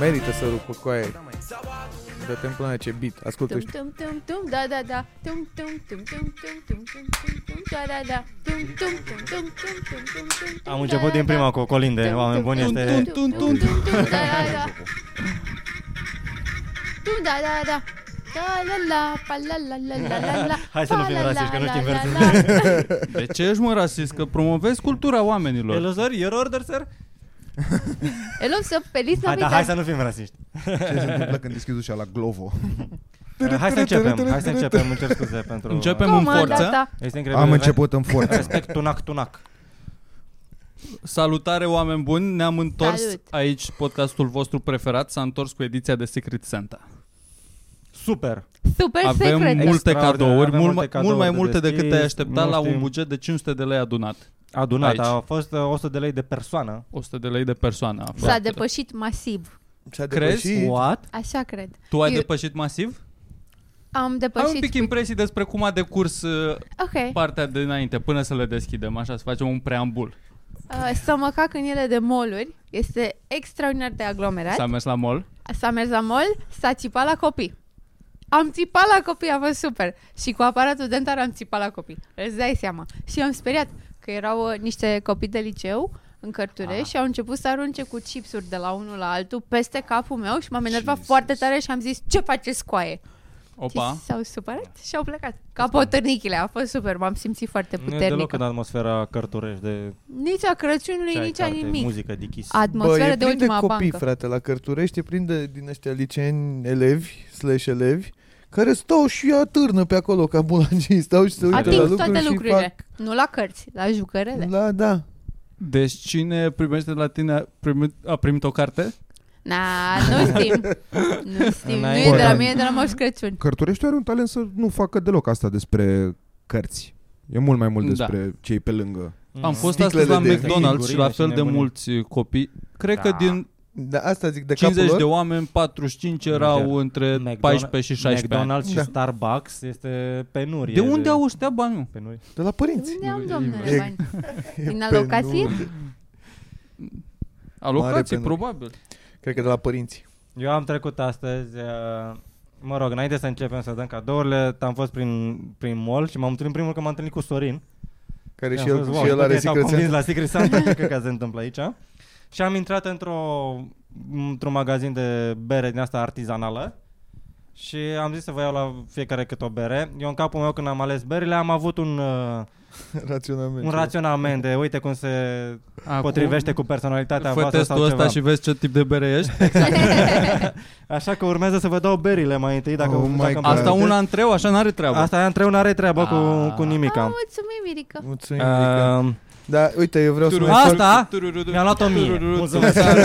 merită să rupă coaie. Dă-te în până ce beat, ascultă Păi Tum, și tum, tum, tum, da, da, da. Tum, tum, tum, tum, tum, tum, tum, tum, tum, da, da, da. Tum, tum, tum, tum, tum, tum, tum, tum, tum, Am da, început da, din da. prima cu colinde, Tum, oameni tum, buni, tum, este... tum, tum, tum, tum, tum, da, da, da. Tum, da, da, da. Da, la, la, pa, la, la, la, la, la, la. Hai să nu Pa, fim la, la, rasiști, că nu la, știm la, versurile. la. De ce ești mă rasist? Că promovezi cultura oamenilor. Hello, sir, your order, sir? Da, Hello, sir, feliz Hai, da, Navidad. hai să nu fim rasiști. Ce se întâmplă când deschizi ușa la Glovo? Eh, Hai să începem, hai să începem, îmi cer scuze pentru... Începem în Comanda forță. ta. Este incredibil. Am început în forță. Respect, tunac, tunac. Salutare oameni buni, ne-am întors Salut. aici, podcastul vostru preferat s-a întors cu ediția de Secret Santa. Super. Super Avem secret. multe Extraordinar, cadouri, avem mult, multe mai- cadouri mult mai de multe decât deschis, te-ai aștepta nu la un știm. Buget de 500 de lei adunat. Adunat, Aici. a fost uh, 100 de lei de persoană. 100 de lei de persoană. aflat. S-a depășit masiv. S-a Crezi? depășit. What? Așa cred. Tu ai Eu- depășit masiv? Am Ai un depășit. pic impresii despre cum a decurs uh, Ok. partea de înainte, până să le deschidem, așa, să facem un preambul. Uh, Să mă cac în ele de moluri. Este extraordinar de aglomerat. S-a mers la mall? S-a mers la mall, s-a țipat la copii. Am țipat la copii, a fost super. Și cu aparatul dentar am țipat la copii. Îți dai seama. Și am speriat că erau uh, niște copii de liceu în cărture și au început să arunce cu chipsuri de la unul la altul peste capul meu și m-am enervat Jesus. foarte tare și am zis ce faceți coaie? Opa. Și s-au supărat și au plecat. Ca potârnichile, a fost super, m-am simțit foarte Nu e deloc da- puternică. în atmosfera cărturești de Nici a Crăciunului, ceai, nici a carte, nimic. muzică, dichis. Atmosferă Bă, e de plin ultima de copii, bancă. frate, la Cărturești, e plin de, din ăștia liceeni elevi, slash elevi, care stau și atârnă pe acolo ca bulangii, stau și se uită la Ating lucruri toate și lucrurile. Nu la cărți, la jucărele. fac... Da, da. Deci cine primește de la tine a primit, a primit o carte? Na, nu știm. nu știm. Nu e Înainte. de la mine, e de la Moș Crăciun. Cărturești are un talent să nu facă deloc asta despre cărți. E mult mai mult Da. despre cei pe lângă. Mm. Am fost Sticlele astăzi la de McDonald's și figurine la fel și de nebunii. mulți copii. Cred că Da. din Da, asta zic de 50 capul de lor. oameni, 45 erau între 14 și 16 ani. McDonald's și Da. Starbucks este penurie. De unde au ăștia bani? mă? penurie? De la părinți. Unde am, E- domnule, bani? Mm, Din Pe alocație? nume. Mare Alocații, penurie. probabil. Cred că de la părinți. Eu am trecut astăzi, uh, mă rog, înainte să începem să dăm cadourile, am fost prin, prin mall și m-am întâlnit primul că m-am întâlnit cu Sorin. Care Păi și I-am el, spus, și el uite, are s-au Secret convins Santa. la Secret Santa, nu cred că se întâmplă aici. Și am intrat într-o, într-un magazin de bere din asta artizanală și am zis să vă iau la fiecare cât o bere. Eu în capul meu când am ales berile am avut un, uh, Raționament. un raționament de uite cum se Acum, potrivește cu personalitatea Fă voastră sau testul ăsta ceva. și vezi ce tip de bere ești. Așa că urmează să vă dau berile mai întâi dacă, Oh dacă my îmi God. Asta permiteți. un antreu, așa n-are treabă. Asta într-un are treabă cu, Ah. cu nimica. Ah, mulțumim, Mirica. Mulțumim. Rica. Uh, Da, uite, eu vreau să mai fac... asta Turururu. mi-a luat o mie. Turururu. Mulțumesc. Bravo.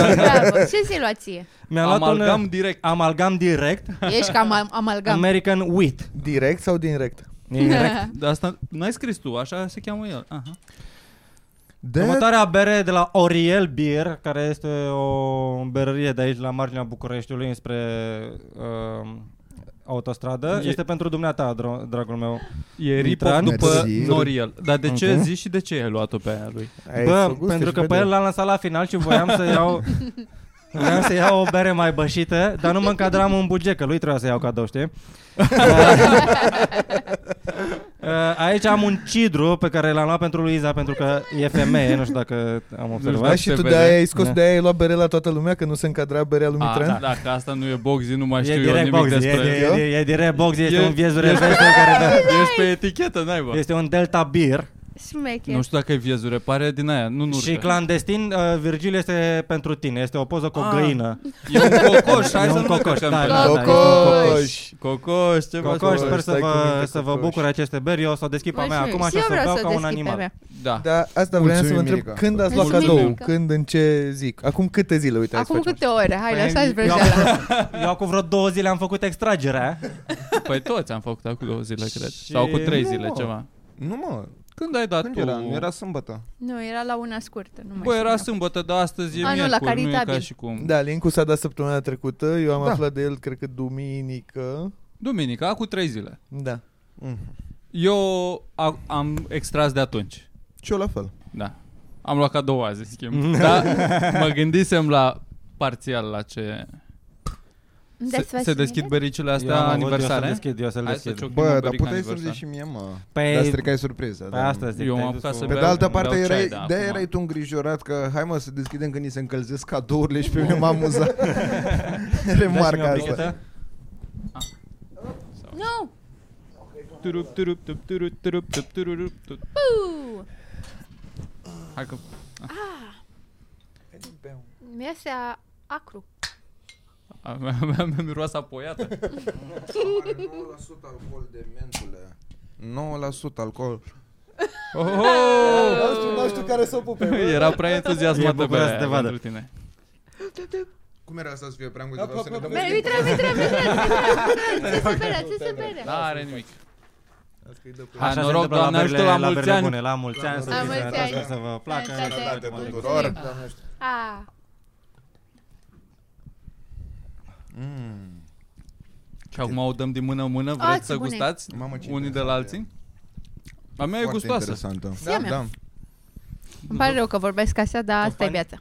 Ce ți-ai luat ție? mi-a luat Amalgam un direct. amalgam direct, Ești cam am- amalgam. American Wheat. Direct sau direct? Direct. Dar asta n-ai scris tu, așa se cheamă el. Aha. De... Următoarea bere de la Oriel Beer, care este o berărie de aici la marginea Bucureștiului înspre uh, autostradă, E- este pentru dumneata, dro- dragul meu. E Mitran, rip după mersi. Noriel. Dar de ce Ok. zici și de ce ai luat-o pe aia lui? Ai Bă, făcut, pentru să-și că pe vede. el l-am lăsat la final și voiam să iau Voiam să iau o bere mai bășită, dar nu mă încadram în buget, că lui trebuia să iau cadou, știi? Uh, Aici am un cidru pe care l-am luat pentru Luiza, pentru că e femeie, nu știu dacă am Da, observat. Deci, și se tu de vede. aia ai scos, Da. de aia ai luat bere la toată lumea, că nu se încadra berea lui A, Mitran? da, dacă asta nu e boxy, nu mai E știu eu direct nimic boxy, e, despre e, e, e direct boxy, este E- un viezure e- verde care dă- Ești pe etichetă, naiba. Este un Delta Beer Șmecher. Nu știu dacă e viezure, pare din aia, nu nurcă. și clandestin, uh, Virgil este pentru tine, este o poză cu o Ah. găină. E un cocoș, hai E să un nu cocoș, cocoș. da, da, Da, da. Cocoș! Cocoș, ce faci? Cocoș, sper să stai cu minte, vă, să vă Cocoș. bucure aceste beri, eu o să o deschid pe a mea Mulțumim. acum Păi Și așa eu să vreau beau să ca un deschid pe animal. mea. Da. Da, asta vreau să vă Mulțumim, întreb. Mirica. Când ați luat Mulțumim, cadou? Mirica. Când, în ce zi? Acum câte zile? Uite, hai să Acum facem câte ore? Hai, Păi, lăsați eu, vrăjeala. acum vreo- eu acum vreo două zile am făcut extragerea Păi toți am făcut acum două zile, cred. Și- Sau cu trei Nu, zile, mă. ceva. Nu mă, Când ai dat când tu? era? Nu era sâmbătă. Nu, era la una scurtă. Nu mai Bă, era știu. sâmbătă, dar astăzi e A, nu, la miercuri, nu e ca caritabil. și cum. Da, Lincu s-a dat săptămâna trecută, eu am Da. aflat de el, cred că duminică. Duminica, cu trei zile. Da. Mm. Eu a- am extras de atunci. Și eu la fel. Da. Am luat cadou azi, în schimb. Dar mă gândisem la parțial la ce Se, se deschid bericile Eu astea am avut, aniversare? Eu să-l deschid, eu să-l Hai să deschid. ciocnim o Bă, dar berică puteai să-mi aniversare. zici și mie, mă. Dar Păi, stricai surpriza. pe dar- asta zic. Eu te-ai am dus apucat cu- să da. Pe da, beau. de altă îmi dau parte, ceai erai, de de acum. erai tu îngrijorat că hai mă să deschidem când ni se încălzesc cadourile Da. și pe mine m-a amuzat remarca Dați-mi o brichetă? asta. Nu! Turup, turup, tup, turup, turup, tup, tururup, tup. Puu! Hai că Mi-este acru. am miroasa poiată. 9% alcool de mentule. 9% alcool. Oh, oh, Nu știu, nu știu care să o pupe. oh. Era prea entuziasmată E bucuroasă berea să te aia vadă. pentru tine. Cum era asta să fie prea mult? Ap, Vreau să ap, ne ap, dăm ap. Merg, uite, uite, uite, uite, Ce se berea, ce se berea? Da, are nimic. Asta-i dă cu- Hai, Așa se noroc, întâmplă doamne, la ajută berile- la la mulți berile ani. bune, La mulți ani, să La fiți mulți sănătoși, ani. să vă placă. Sănătate să vă de mulți ani. tuturor. Mulțumim. Doamne ajută. Ah, Mm. Și acum o dăm din mână în mână, Ah, ce vreți să bune. gustați? Mamă, ce Unii de interesant la e. alții? A mea e Foarte gustoasă. interesantă. Da? mea. îmi pare rău că vorbesc așa, dar asta e viața.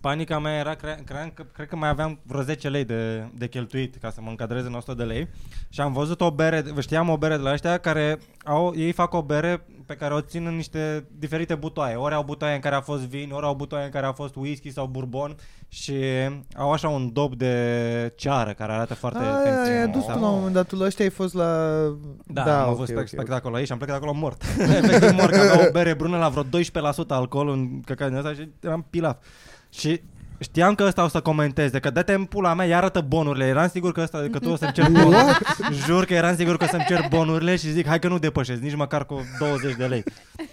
Panica mea era, cre- cream că, cred că mai aveam vreo 10 lei de, de cheltuit ca să mă încadrez în 100 de lei și am văzut o bere, vă știam o bere de la ăștia care au, ei fac o bere pe care o țin în niște diferite butoaie. Ori au butoaie în care a fost vin, ori au butoaie în care a fost whisky sau bourbon și au așa un dob de ceară care arată foarte Aia, fancy. ai adus tu la un moment dat, tu la ăștia ai fost la... Da, da, am ok, avut okay, ok, ok. spectacol aici și am plecat de acolo mort. Efectiv mort, că avea o bere brună la vreo 12% alcool în căcat din asta și eram pilaf. Și știam că ăsta o să comenteze, că dă-te în pula mea, iar arată bonurile. Eram sigur că, ăsta, că tu o să-mi cer bonurile. Jur că eram sigur că o să-mi cer bonurile și zic, hai că nu depășesc, nici măcar cu 20 de lei.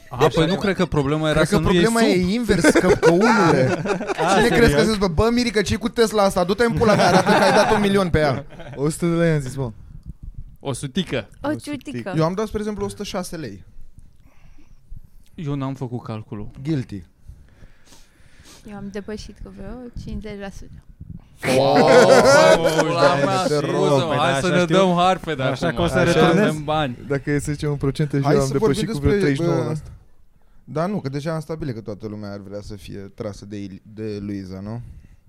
A, păi nu cred că problema era Cred să că nu iei problema e suc. invers, că că unule. Ah, Cine crezi că zici, bă, bă, Mirica, ce cu Tesla asta? Du-te în pula mea, arată că ai dat un milion pe ea. 100 de lei am zis, mă. O sutică. O ciutică. Eu am dat, spre exemplu, 106 lei. Eu n-am făcut calculul. Guilty. Eu am depășit cu vreo 50%. Pula da, Doamne, mea, te rog, păi, scuză-mă, da, Hai să așa ne știu. dăm harpe de Așa acum. că o să returnez. avem bani. Dacă e să zicem un procentaj, Hai eu am să vorbim depășit cu despre, vreo 39 bă, la asta. Da, nu, că deja am stabilit că toată lumea ar vrea să fie trasă de, Il- de Luiza, nu?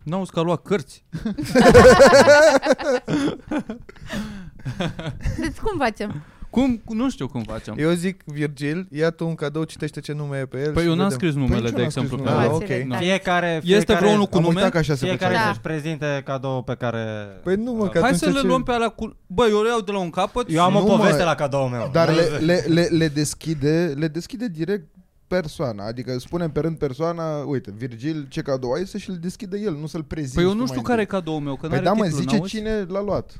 N-auzi că a luat cărți. Deci cum facem? Cum? Nu știu cum facem. Eu zic Virgil, ia tu un cadou, citește ce nume e pe el Păi și eu n-am vedem. scris numele, Păi ce de n-am exemplu. scris pe numele? Ah, ăla. ok. Da. Fiecare, Este fiecare, vreunul cu am uitat nume? că așa se fiecare făcea. Da. să-și prezinte cadou pe care... Păi nu mă, că Hai atunci să le ce- luăm pe alea cu... Bă, eu le iau de la un capăt. Eu am o Nu, mă. poveste la cadoul meu. Dar le, le, le, le, deschide, le deschide direct persoana, adică spunem pe rând persoana, uite, Virgil, ce cadou ai să și-l deschidă el, nu să-l prezint. Păi eu tu nu mai știu întâi. care e cadoul meu, că Păi n-are da, mă, titlu, zice n-auzi? cine l-a luat.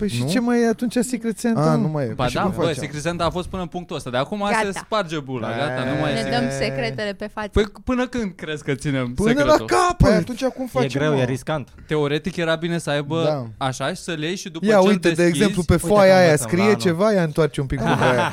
Păi și Nu? ce mai e atunci Secret Santa? A, mă? Ah, nu mai e. Ba Și da, cum bă, facem? Secret Santa a fost până în punctul ăsta, de acum Gata. se sparge bula, gata, nu mai Ne e dăm secretele pe față. Păi până când crezi că ținem Până secretul? la Păi capăt! atunci cum E facem? greu, mă? e riscant. Teoretic era bine să aibă așa și să-l iei și după Da. Ia ce uite, de exemplu, pe uite foaia că aia învățăm la scrie anul. ceva, ia întoarce un pic cu aia.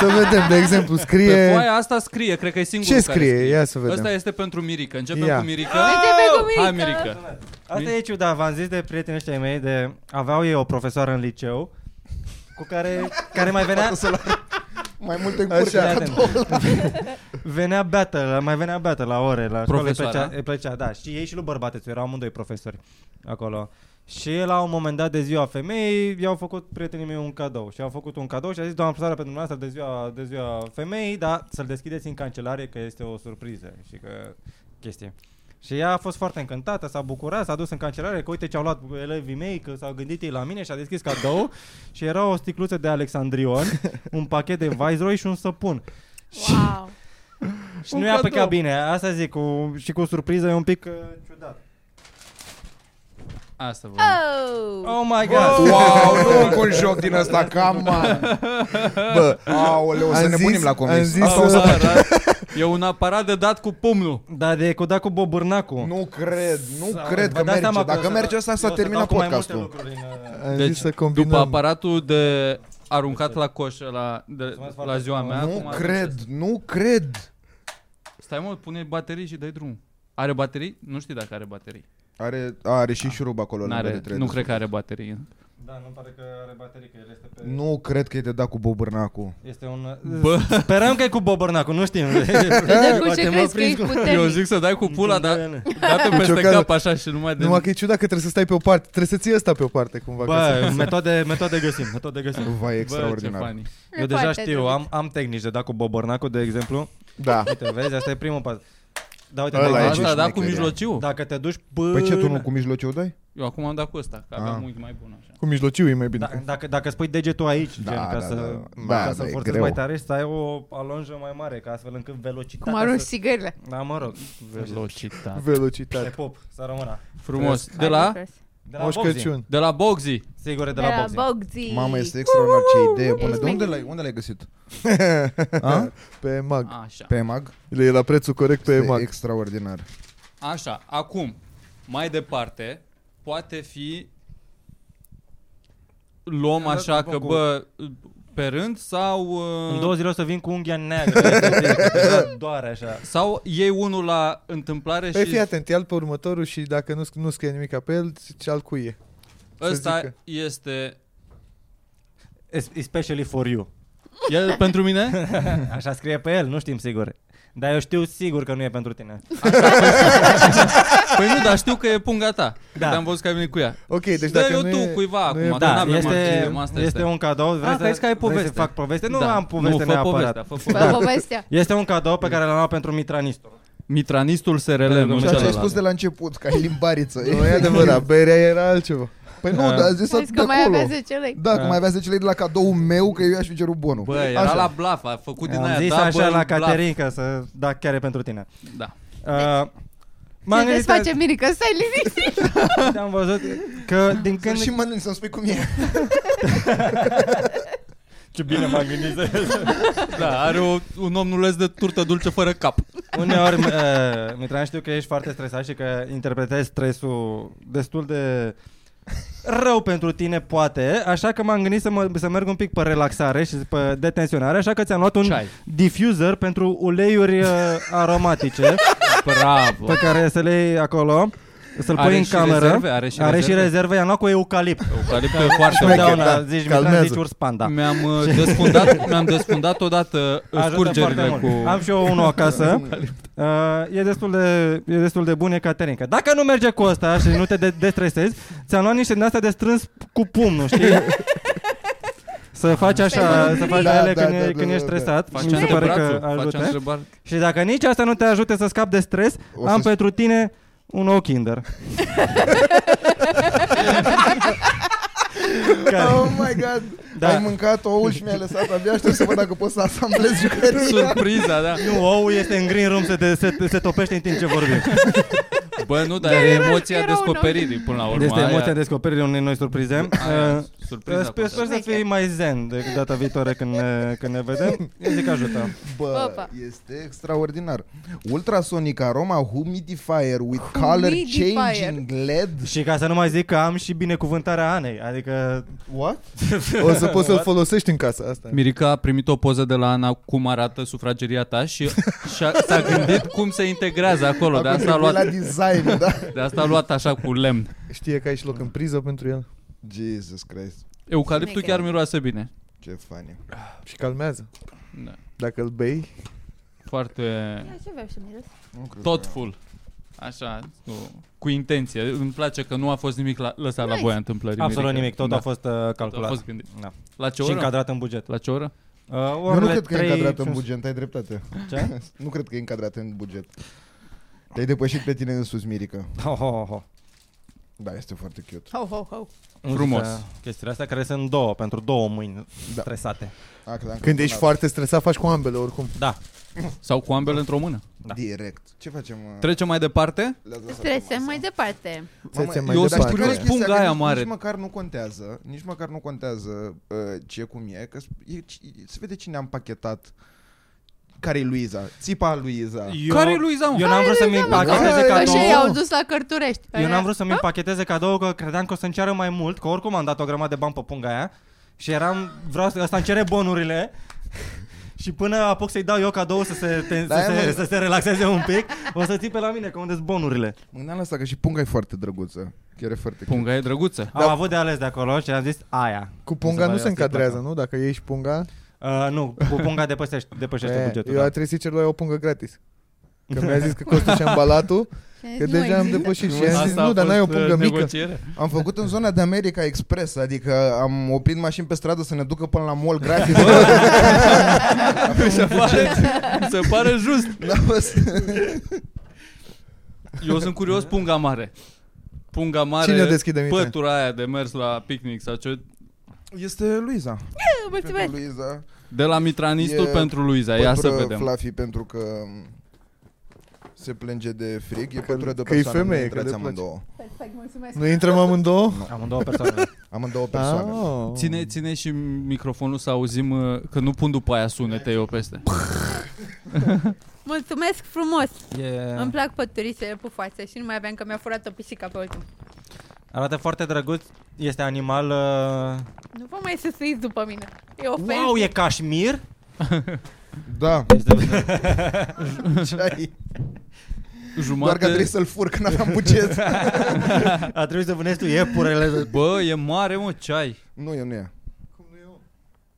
Să vedem, de exemplu, pe scrie... foaia asta scrie, cred că e singurul Ce care scrie? Ia să Ăsta vedem. este pentru Mirica. Începem Ia. cu Mirica. Începem cu Hai Mirica. Mirica. Asta e ciudat, v-am zis de prietenii ăștia ai mei de... Aveau ei o profesoară în liceu cu care, care mai venea, Mai multe Fii încurcă. atent. venea beată, la- mai venea beată la ore, la școală, îi Profesoara? plăcea, îi plăcea, da. Și ei și lui bărbatețu, erau amândoi profesori acolo. Și la un moment dat de ziua femeii, i-au făcut prietenii mei un cadou. Și au făcut un cadou și a zis, doamna profesoară, pentru dumneavoastră de ziua, de ziua femeii, dar să-l deschideți în cancelarie că este o surpriză și că chestie. Și ea a fost foarte încântată, s-a bucurat, s-a dus în cancelare, că uite ce au luat elevii mei, că s-au gândit ei la mine și a deschis cadou și era o sticluță de Alexandrion, un pachet de Viceroy și un săpun. Wow. Și Un nu i-a cadou. plecat bine, asta zic, cu, și cu surpriză e un pic uh, ciudat. Asta vă. Oh! Oh my god! Wow, nu cu un joc din ăsta, cam man. Bă, aoleu, o să Am ne punem zis- la am comis. zis Asta o să- să... E un aparat de dat cu pumnul. Dar de cu da cu Bobârnacul. Nu cred, nu Sau- cred vă dați că merge. seama că o Dacă să- merge asta, eu o s-a să terminat dau cu mai multe podcastul. lucruri în, uh, Am Deci, zis să După combinăm. aparatul de aruncat la coș la, de, Mulțumesc la foarte ziua mult. mea. Nu acum cred, ajunge- nu cred. Stai mă, pune baterii și dai drum. Are baterii? Nu știi dacă are baterii. Are, are și șurub acolo lângă de N-are, trei. nu cred că are baterii. Da, nu pare că are baterii, că el este pe Nu cred că e de dat cu Bobârnacu. Este un... uh, Bă. Sperăm că e cu Bobărnacul, nu știm. De cu Poate ce mă crezi că prins e cu- puternic? Eu zic să dai cu pula, dar Bă, dată peste Ciocană. cap așa și numai de... Numai că e ciudat că trebuie să stai pe o parte, trebuie să ții ăsta pe o parte cumva. ca să- Bă, metode, metode găsim, metode găsim. Vai, Bă, ce extraordinar. funny. E Eu deja foarte știu, drăguț. am, am tehnici de dat cu Bobărnacul, de exemplu. da. Uite, vezi, asta e primul pas. Da, uite, Ăla dacă- e Asta, ce da, cu șmecherie. mijlociu. dacă te duci până... Păi ce, tu nu cu mijlociu dai? Eu acum am dat cu ăsta, că aveam Ah. unghi mai bun așa. Cu mijlociu e mai bine. Da, dacă, dacă spui degetul aici, Da, da, gen, ca da, să, da. da, Da, ca da, să e forțezi greu. mai tare, să ai o alonjă mai mare, ca astfel încât velocitatea Cum arunci să... sigările. Da, mă rog. Velocitate. Te Velocitate. pop, să rămână. Frumos. De la, De la Moș Bobzi. Crăciun. de la Bogzi. Sigur, e De de la, la Bobzi. Bogzi. Mamă, este extraordinar, ce idee bună. Ești De unde mai- l-ai, unde l-ai găsit? A? Pe mag. Așa. Pe mag? E la prețul corect pe Este mag. extraordinar. Așa, acum, mai departe, poate fi luăm așa că, bă, pe rând sau uh, În două zile o să vin cu unghia neagră. Deja Da, Doare așa. sau iei unul la întâmplare Păi și fii atent, ia pe următorul și dacă nu, nu scrie nimic pe el, ce al cuie. să ăsta zică. este Es- Especially for you. e pentru mine? Așa scrie pe el, nu știm sigur. Dar eu știu sigur că nu e pentru tine. Păi nu, dar știu că e punga ta. Da. Da. Am văzut că ai venit cu ea. Ok, deci Dă dacă eu nu tu e, cuiva nu acum, e- Da, Da, n-avem este, martirie, asta este. este un cadou. Vrei Ah, să, crezi că ai vrei poveste. să fac poveste? Nu Da. am poveste nu, fă povestea, neapărat. fă Bă, povestea. povestea. Este un cadou pe care l-am luat pentru mitranistul. Mitranistul SRL, Pentru nu Ceea ce ai celălalt. spus de la început, că ai limbariță. Nu e adevărat, berea era altceva. Păi nu, dar a zis Vezi de că mai avea acolo. 10 lei. Da, cum mai avea 10 lei de la cadou meu, că eu aș fi cerut bonul. Bă, era Așa. la blaf, a făcut din Am aia. zis da, așa bă, la blaf. Caterinca să... Da, chiar e pentru tine. Da. Uh, m-am Se gândit, desface Mirica, stai liniștit. azi, am văzut că din Când când... și mănânci să-mi spui cum e. Ce bine m-am gândit să... Da, are o, un omnuleț de turtă dulce fără cap. Uneori, uh, Mitran, știu că ești foarte stresat și că interpretezi stresul destul de rău pentru tine, poate, așa că m-am gândit să, mă, să merg un pic pe relaxare și pe detensionare, așa că ți-am luat un Ceai. diffuser pentru uleiuri uh, aromatice Bravo. pe care să le iei acolo, să-l pui în cameră. Rezerve, are și Are și rezerve. rezerve, i-am luat cu eucalipt. Eucaliptul e foarte bun. Totdeauna da, zici Mitran, calmează. zici urspanda. Mi-am uh, desfundat, mi-am desfundat odată uh, Ajută scurgerile foarte mult. cu... Am și eu unul acasă. uh, e, destul de, e destul de bun, e caterinca. Dacă nu merge cu asta și nu te de- destresezi, ți-am luat niște din astea de strâns cu pumnul, știi? Să faci așa, Pe să faci mândrie. ele Da, când, da, e- da, când da, ești da, da. stresat. Face Mi se pare întrebrațul, că face ajută. întrebar. Și dacă nici asta nu te ajute să scapi de stres, O am să- pentru tine un nou Kinder. Care- Oh my god. Da. Ai mâncat oul și mi-ai lăsat. Abia aștept să văd dacă pot să asamblez jucării. Surpriza, da. Nu, ou este în green room, se, de, se, se topește în timp ce vorbim. Bă, nu, dar e emoția era un om. descoperirii până la urmă. Este aia- emoția descoperirii unei noi surprize. aia, Uh, surpriza Sper, sper acolo. să fii mai zen de data viitoare când ne, când ne vedem. Eu zic ajută. Bă, Opa. este extraordinar. Ultrasonic aroma humidifier with color Humidifier. changing LED. Și ca să nu mai zic că am și binecuvântarea Anei, adică What? O să poți să-l folosești în casa asta. Mirica a primit o poză de la Ana cum arată sufrageria ta și, și a, s-a gândit cum se integrează acolo. De asta a contribuit luat, la design, da? de asta a luat așa cu lemn. Știe că ai și loc în priză pentru el Jesus Christ, Eucaliptul Mirica. chiar miroase bine. ce funny. și calmează. Da. Dacă îl bei, Foarte Ce vrei să miros? Nu cred că- thoughtful. Așa, cu, cu intenție. Îmi place că nu a fost nimic la, lăsat la Nice. voia întâmplării. absolut Mirica. nimic, tot Da. a fost uh, Tot a calculat. fost gândit. Da. La ce Și oră? încadrat în buget. La ce oră? Uh, Eu nu orele cred că e trei- încadrat în cinci- buget, ai dreptate. Ce? Nu cred că e încadrat în buget. Te-ai depășit pe tine însuți, Mirica. Ho, ho, ho. Da, este foarte cute. Ho, ho, ho. Frumos. Uite, Chestiile astea care sunt două, pentru două mâini Da. stresate. A, credeam că când sunat ești foarte stresat, faci cu ambele oricum. Da. Sau cu ambele într-o mână. Da. Direct. Ce facem? mă? Trecem mai departe. Le-ați lăsat pe Trecem masă. mai departe. Să ți Mamă, mai eu Dar departe. știi care e curios. chestia? Punga Că aia nici- mare. Nici măcar nu contează, nici măcar nu contează uh, ce cum e, că sp- e, ci- se vede cine a împachetat care e Luiza, țipa Luiza. Eu, Care e Luiza, mă? Eu n-am vrut să-mi împacheteze Care-i Că și ei cadou. au dus la Cărturești. Eu n-am vrut să-mi împacheteze cadou că credeam că o să înceară mai mult, că oricum am dat o grămadă de bani pe punga aia și eram, vreau să, ăsta îmi cere bonurile Și până apuc să-i dau eu cadou să se, te, Da, să, e, se, mă. să se relaxeze un pic, o să ții pe la mine că unde sunt bonurile. Mă gândeam la asta că și punga e foarte drăguță. Chiar e foarte Punga e drăguță. Am Da. avut de ales de acolo și am zis aia. Cu Mi punga pare nu asta se e încadrează, plata. nu? Dacă ieși punga, Uh, nu, cu punga depășește, depășește e, bugetul. eu Da. ar trebui să cer lui o pungă gratis. Că mi-a zis că costă și ambalatul, Și că nu deja am există. depășit și am zis, nu, dar n-ai o uh, pungă eh, mică. Am făcut în zona de America Express, adică am oprit mașini pe stradă să ne ducă până la mall gratis. Mi se pare, mi se pare just. Da, bă, s- Eu sunt curios punga mare. Punga mare, Cine o deschide, Mihai? pătura aia de mers la picnic sau ce... este Luiza. Mulțumesc. Luiza. De la mitranistul E pentru Luiza, ia să Pătură vedem. Fluffy pentru că se plânge de frig. E pătură de o că e persoană, femeie, nu că intrați le place. amândouă. Perfect, mulțumesc. Nu intrăm amândouă? Amândouă persoane. Amândouă persoane. Ah. Ține, Oh. ține și microfonul să auzim uh, că nu pun după aia sunete eu peste. Mulțumesc frumos. Yeah. Da. Îmi plac păturisele pufoase și nu mai aveam că mi-a furat o pisică pe ultim. Arată foarte drăguț. Este animal... Uh... Nu vă mai susuiți după mine. E ofens. Wow, e cașmir? Da, Este... ce ai? Jumate... doar că trebuie să-l fur, că n-aveam buget. A trebuit să vânezi tu iepurele. Bă, e mare, mă, ceai. nu e, nu e.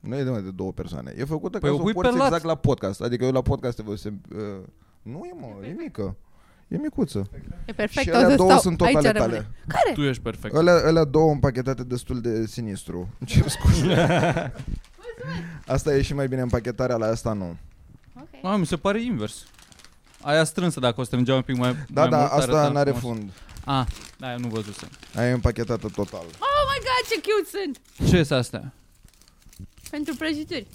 Nu e numai de două persoane. E făcută Păi ca o să pui o pe porți lat. exact la podcast. Adică eu la podcast te văzusem... Uh, nu e, mă, e mică. E micuță. E perfect, și o să alea două stau sunt tot aici ale rămâne. tale. Care? Tu ești perfect. Alea, alea două împachetate destul de sinistru. Ce scuze. asta e și mai bine împachetarea, la asta nu. Ok. A, mi se pare invers. Aia strânsă, dacă o strângeam un pic mai Da, mai da, mult, asta arăta n-are frumos. fund. A, aia nu văzusem. Aia e împachetată total. Oh my god, ce cute sunt! ce sunt astea? Pentru prăjituri.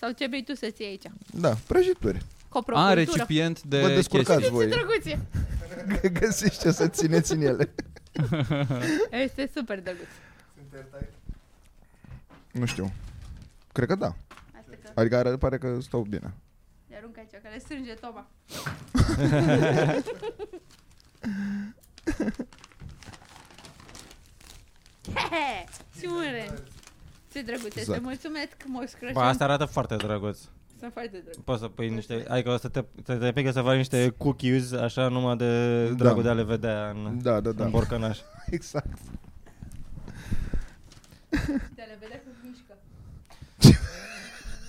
Sau ce vrei tu să ții aici? Da, prăjituri. Copro, A, cultură. recipient de Vă descurcați chestii. Ce voi. drăguție! Că Găsiți ce să țineți în ele. Este super drăguț. Nu știu. Cred că da. Asta că Adică are, pare că stau bine. le arunc aici, că le strânge Toma. Hehe, și un rând. Ce drăguț este, Exact. mulțumesc, Moș Crăciun. Bă, asta arată foarte drăguț. Sunt foarte drăguț. Poți să pui niște, adică o să te, te, te pică să faci niște cookies așa numai de Da. dragul de a le vedea în, Da, da, da. în da. borcănaș. Exact. Te le vedea cum mișcă.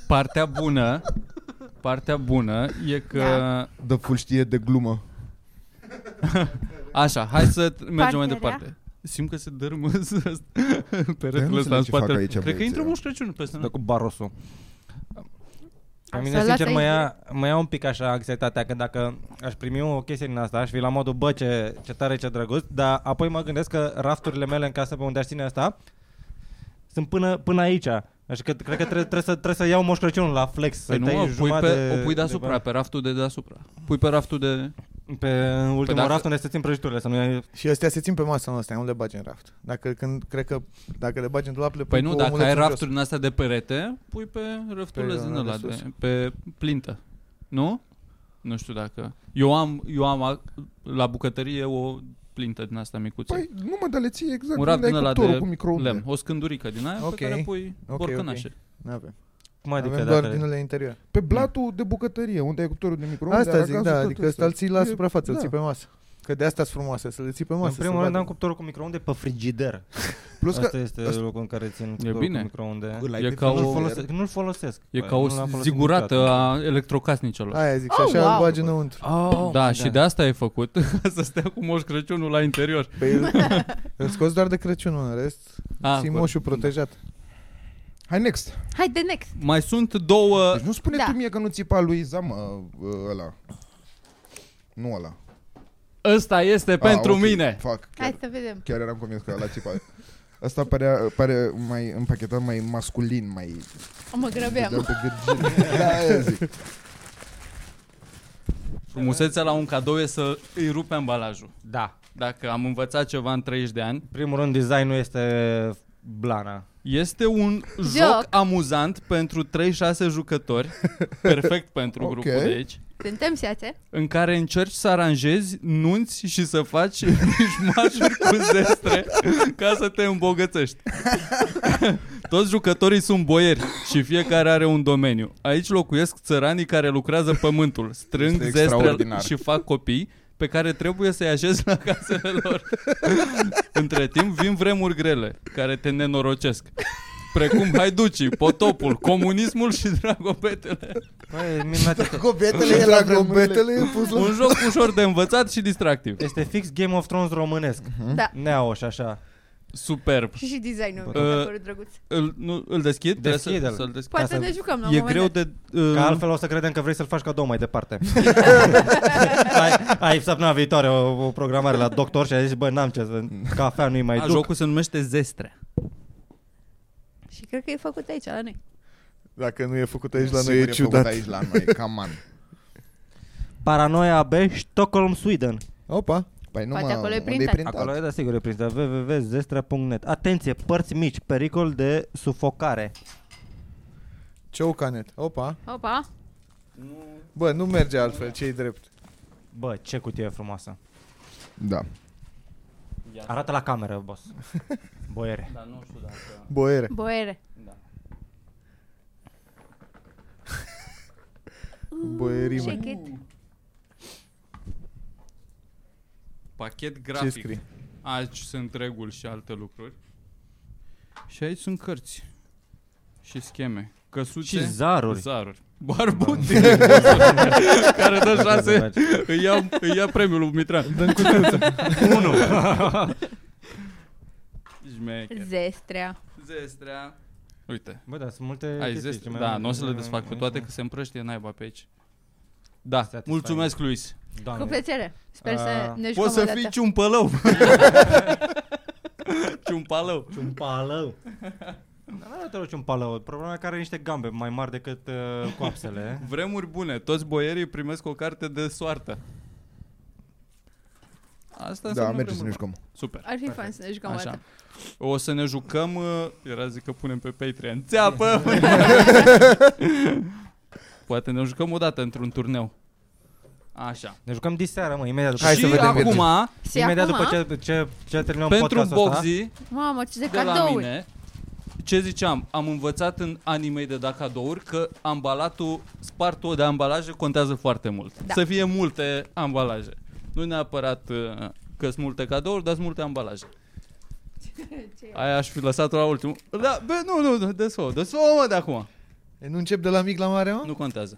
Partea bună, partea bună e că... Da. Dă full știe de glumă. Așa, hai să mergem mai Partea rea. departe. Simt că se dărâmă să- peretele înțeleg ăsta în ce fac spatele. aici, Cred că băieții, intră da. Moș Crăciun peste Da, noi. cu Barosu. Pe Am mine, să-l las sincer, să mă intre. ia, mă ia un pic așa anxietatea că dacă aș primi o chestie din asta, aș fi la modul, bă, ce, ce tare, ce drăguț, dar apoi mă gândesc că rafturile mele în casă pe unde aș ține asta sunt până, până aici. Așa că cred că trebuie, trebuie, să, trebuie să iau Moș Crăciun la flex, să Păi nu, mă, pui jumătate pe, de, o pui deasupra, de pe raftul de deasupra. Pui pe raftul de... pe ultimul Păi dacă- raft unde se țin prăjiturile, să nu ai... Și astea se țin pe masa noastră, nu le bagi în raft. Dacă, când, cred că dacă le bagi în dulap, le pui Păi nu, cu dacă omulețul ai în jos. rafturi din astea de perete, pui pe rafturile Pe din ăla de ăla, de, sus. pe plintă. Nu? Nu știu dacă... Eu am, eu am a- la bucătărie o plintă din asta micuță. Păi nu mă, dar le ții exact Un unde raft ai din ăla cuptorul de cu microunde. lemn, o scândurică din aia Ok. pe care pui ok. borcănașe. N-avem. Cum adică Avem dacă doar le- din ele interior. Pe blatul de bucătărie, unde ai cuptorul de microunde. Asta zic, aragazul, da, tot adică ăsta ăsta. îl ții la E- suprafață, îl da. ții pe masă. Că de asta sunt frumoase, să le ții pe masă. În primul să rând vadă. am cuptorul cu microunde pe frigider. Plus Asta că este asta- locul în care țin cuptorul bine. cu microunde. Îl ai E pe ca Nu-l o- frigider. folosesc. Nu-l folosesc. E Păi, ca o nu l-am folosit zigurată niciodată. a electrocasnicelor. Aia zic, și Oh, așa îl wow! bagi înăuntru. Oh, da, și de asta e făcut, ca să stea cu Moș Crăciunul la interior. Pe el, Păi îl scoți doar de Crăciun în rest, Ah, ții bă. moșul protejat. Hai next. Hai de next. Mai sunt două... Deci nu spune Da. tu mie că nu țipa lui Zama uh, ăla. Nu ăla. Ăsta este pentru Ah, ok, mine. Fac. Chiar, Hai să vedem. chiar eram convins că la țipa. Asta pare, pare mai împachetat mai masculin, mai O, mă grăbeam. vedeam pe Virgil. da, aia zic. Frumusețea la un cadou e să îi rupe ambalajul. Da. Dacă am învățat ceva în 30 de ani, Primul rând, designul este blana. Este un joc, Joc. amuzant pentru 3-6 jucători, perfect pentru Ok. grupul de aici, Suntem seațe? în care încerci să aranjezi nunți și să faci mișmașuri cu zestre ca să te îmbogățești. Toți jucătorii sunt boieri și fiecare are un domeniu. Aici locuiesc țăranii care lucrează pământul, strâng Este zestre extraordinar. și fac copii pe care trebuie să-i așezi la casele lor. Între timp vin vremuri grele care te nenorocesc. Precum haiducii, potopul, comunismul și dragobetele. Băi, minunat este. Gobetele e la gobetele e pus la... Un joc ușor de învățat și distractiv. Este fix Game of Thrones românesc. Da. Neaoș, așa. Superb. Și și designul mi Uh, s-a părut drăguț. Îl, nu, îl deschid? Trebuie să- Deschide-l. Să-l deschid. Poate să- să ne jucăm la un Păi, E moment greu dat. de... Că Uh, altfel o să credem că vrei să-l faci cadou mai departe. ai, ai săptămâna viitoare o, o programare la doctor și ai zis, bă, n-am ce să... Cafea nu-i mai a, duc. jocul se numește Zestre. Și cred că e făcut aici, la noi. Dacă nu e făcut aici la noi Sigur e făcut ciudat. Aici la noi, come on. Paranoia AB, Stockholm, Sweden. Opa. Păi nu Poate mă, acolo e unde printat. printat? Acolo e, da, sigur, e prins, dar www.zestra.net. Atenție, părți mici, pericol de sufocare. Ciaucanet. Opa. Opa! Bă, nu merge altfel, ce drept. Bă, ce cutie frumoasă. Da. Arată la cameră, boss. Boiere. Dar nu știu dacă... Boiere. Boiere. Da. Boierime. Shake it. Pachet Ce grafic. scrie? Aici sunt reguli și alte lucruri. Și aici sunt cărți. Și scheme. Căsuțe. Și zaruri. Zaruri. Barbuti. care dă șase. Îi ia, îi ia premiul lui Mitran. Unu. Șmecher. Zestrea. Zestrea. Uite. Bă, da, sunt multe Ai chestii, zestre. ce mai Da, mult- nu o să le desfac pe toate că se împrăștie naiba pe aici. Da, Satisfying. mulțumesc, Luis. Doamne. Cu plăcere. Sper să Ah. ne jucăm Poți să o fii dată. ciumpălău. ciumpălău. Un palău. Da, nu te rogi un palău. Problema e că are niște gambe mai mari decât uh, coapsele. Vremuri bune, toți boierii primesc o carte de soartă. Asta Da, înseamnă merge să ne vremuri jucăm. bune. Super. Ar fi fun să ne jucăm o Așa. dată. O să ne jucăm, uh, era zic că punem pe Patreon. Țeapă! Poate ne jucăm o dată într-un turneu. Așa. Ne jucăm diseară, mă, imediat după Hai și să vedem, acum, Și Imediat acum, după ce, ce, ce terminăm pentru podcastul ăsta, Boxy, Mamă, ce de, de la cadouri. mine, ce ziceam, am învățat în anime de da cadouri că ambalatul, spartul de ambalaje contează foarte mult. Da. Să fie multe ambalaje. Nu neapărat uh, că sunt multe cadouri, dar sunt multe ambalaje. Aia aș fi lăsat-o la ultimul. Da, bă, nu, nu, nu, desfă, desfă, mă, de acum. E, Nu încep de la mic la mare, mă? Nu contează.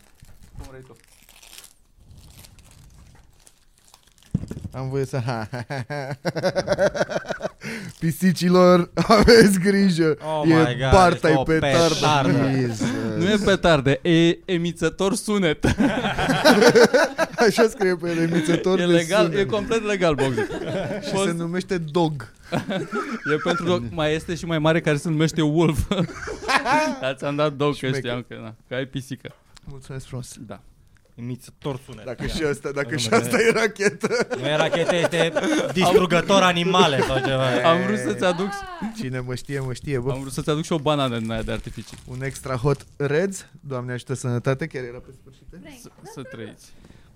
Am voie să... Ha, ha, ha, ha. Pisicilor, aveți grijă. Oh e my God, partai o pe tardă. petardă. Nu e petarde, e emițător sunet. Așa scrie pe remițător e de legal, sunet. e complet legal boxe. Și Poți- se numește Dog. E pentru dog, mai este și mai mare care se numește Wolf. Dar ți-am dat dog că Șmecher. știam că, na, că ai pisică. Mulțumesc frumos. Da. emițător sunet. Dacă și asta, dacă Rămâne. și asta e rachetă. Nu e rachetă, este distrugător animale sau ceva. Am vrut Eh. să-ți aduc, Cine mă știe, mă știe, bă. am vrut să-ți aduc și o banană din aia de artificii. Un extra hot Reds, Doamne ajută sănătate, chiar era pe sfârșit. eh? Să, să trăiți.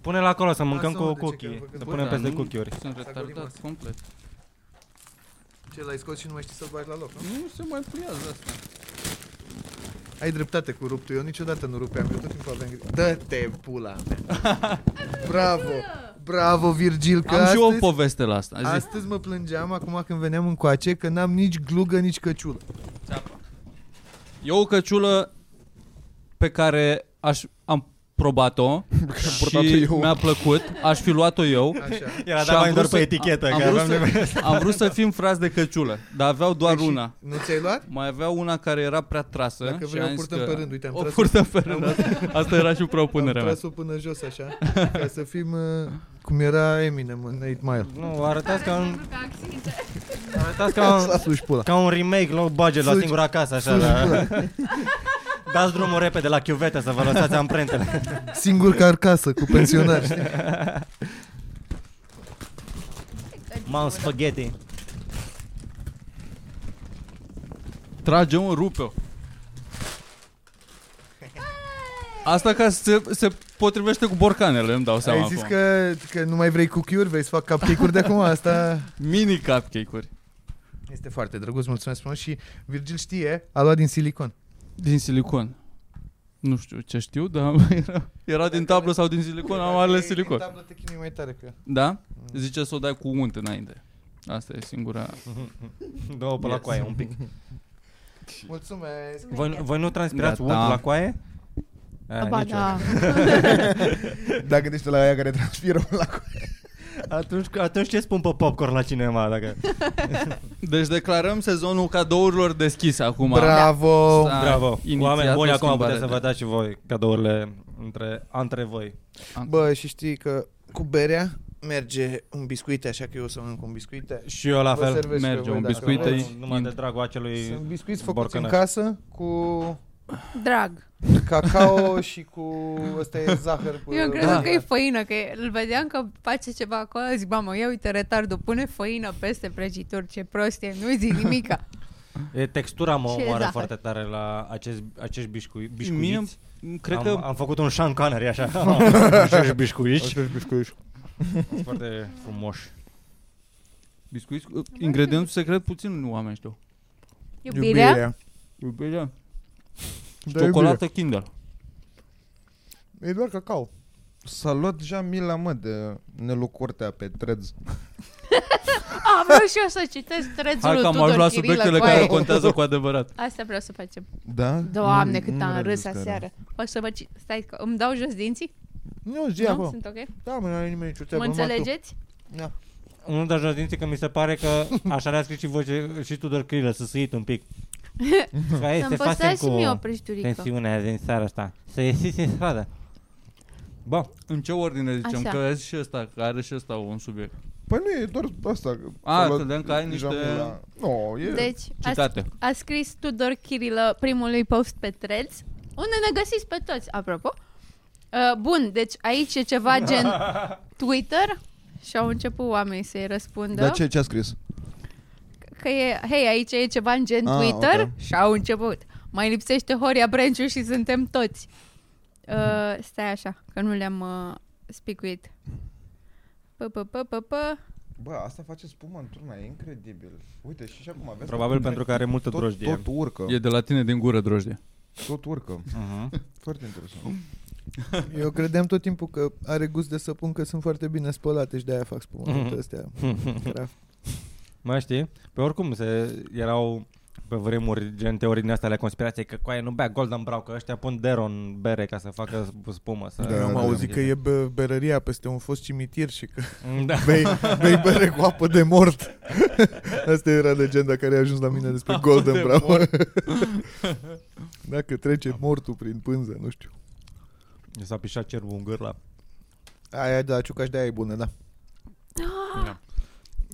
Pune-l acolo să mâncăm Lasă-mă cu de ce, cookie. că văd că Să bă, punem Da, peste nu- cookie-uri. Sunt Sacolima retardat asta. complet. Ce l-ai scos și nu mai știi să-l bagi la loc, nu? Nu se mai pliază asta. Ai dreptate cu ruptul, eu niciodată nu rupeam, eu tot timpul aveam grijă. Dă-te pula mea. Bravo, bravo Virgil, că Am și eu o astăzi, poveste la asta. Zi. astăzi mă plângeam acum când veneam în coace că n-am nici glugă, nici căciulă. E o căciulă pe care aș, am probat-o și purtat-o eu. mi-a plăcut. Aș fi luat-o eu. Așa. Era Și am dat mai vrut doar pe să- etichetă. am, că vrut aveam nevoie- să, am vrut să fim frați de căciulă, dar aveau doar Păi și una. Nu ți-ai luat? Mai avea una care era prea trasă Dacă și vrei, o am zis purtăm că... pe rând, uite, am o tras-o. purtăm pe rând, asta, asta era și propunerea Am mea tras-o până jos așa, ca să fim uh, cum era Eminem în 8 Mile. Nu, arătați ca un, Pentru că accidente. arătați ca un, Să suși pula. Ca un remake low budget la Sugi- singura casă, așa, sugi da. Dați drumul repede la chiuvetă să vă lăsați amprentele. Singur ca arcasă, cu pensionari. știi? Mam spaghetti. Trage un rupe Asta ca să se, se potrivește cu borcanele, îmi dau seama Ai zis acum. că, că nu mai vrei cookie-uri, vrei să fac cupcake-uri de acum, asta... Mini cupcake-uri. Este foarte drăguț, mulțumesc frumos și Virgil știe, a luat din silicon. Din silicon. Nu știu ce știu, dar era, era din tablă sau din silicon, am ales silicon. Tablă te chinui mai tare că... Da? Zice să o dai cu unt înainte. Asta e singura... Două pe la Yes. coaie, un pic. Mulțumesc! Voi, voi nu transpirați Gata. unt la coaie? A, Ba nicio. da. Dacă gândește la aia care transpiră la Atunci, atunci ce spun pe popcorn la cinema? Dacă... Deci declarăm sezonul cadourilor deschis acum. Bravo! Da. Bravo. Inițiat Oameni buni, o acum schimbare da. puteți să de- vă dați și voi cadourile între, între voi. Bă, și știi că cu berea merge un biscuite, așa că eu o să mănânc un biscuite. Și eu la Vă fel. servesc merge pe voi un dacă biscuit vreți. aici. Numai de dragul acelui... Sunt biscuiți făcuți în borcanaj. casă cu Drag. cacao și cu... Ăsta e zahăr. cu- Eu Da. cred că e făină, că îl vedeam că face ceva acolo, zic, mamă, ia uite retardul, pune făină peste prăjituri, ce prost e, nu zic nimica. E, textura mă Și e omoară zahăr. foarte tare la acest, acești biscui, Mie, biscuiți. cred am, că am făcut un Sean Connery așa. acești biscuiți. biscuiți. foarte frumos. biscuiți, cu- ingredientul secret puțin oameni știu. Iubirea? Iubirea. Da, Ciocolată Kinder. E doar cacao. S-a luat deja mila, mă, de nelucortea pe treț. A, vreau și eu să citesc Hai trețul că lui am ajuns la Tudor subiectele Chirilă, care care... contează cu adevărat. Asta vreau să facem. Da? Doamne, Nu- cât nu am rezist râs care. aseară. O să vă... ci- Stai, că îmi dau jos dinții? Nu, zi Nu? acolo. Sunt ok? Da, mă, nu are nimeni nicio Mă treabă. numai tu. înțelegeți? Da. Nu dar jos dinții că mi se pare că așa ne-a scris și, voce, și Tudor Crilă, să suit un pic. Ca ei, Să-mi se păstra facem și mie o cu prăjiturică. tensiunea din seara asta. Să ieșiți în stradă. Bă, În ce ordine zicem? Așa. Că e și ăsta, că are și ăsta un subiect. Păi nu, e doar asta. că A, s-a luat credeam că ai deja niște- mila. Nu, e... Deci, a, Citate. a scris Tudor Chirilă primului post pe Threads, unde ne găsiți pe toți, apropo. Uh, bun, deci aici e ceva gen Twitter și au început oamenii să-i răspundă Dar ce, ce a scris? că e, hei, aici e ceva în gen Ah, Twitter ok. și au început. Mai lipsește Horia Brenciu și suntem toți. Uh, stai așa, că nu le-am uh, spicuit. Pă, pă, pă, pă, pă. Bă, asta face spumă în turna, e incredibil. Uite, și și acum aveți... probabil pentru că are multă tot, drojdie. tot urcă, E de la tine din gură, drojdie. tot urcă. Mhm. Foarte interesant. Eu credeam tot timpul că are gust de săpun, că sunt foarte bine spălate și de-aia fac spumă. Mhm. Mm-hmm. Astea. Craft. Mai știi? Pe oricum se, erau pe vremuri gen teorii din astea ale conspirației că coaie nu bea Golden Brown, că ăștia pun Deron bere ca să facă sp- spumă. Să Da, Eu am da, auzit că e bă- berăria peste un fost cimitir și că Da. bei, bei bere cu apă de mort. Asta era legenda care a ajuns la mine despre Golden de Brown. Dacă trece mortul prin pânză, nu știu. Mi S-a pișat cerbul în gârla. Aia, da, ciucaș de aia e bună, da.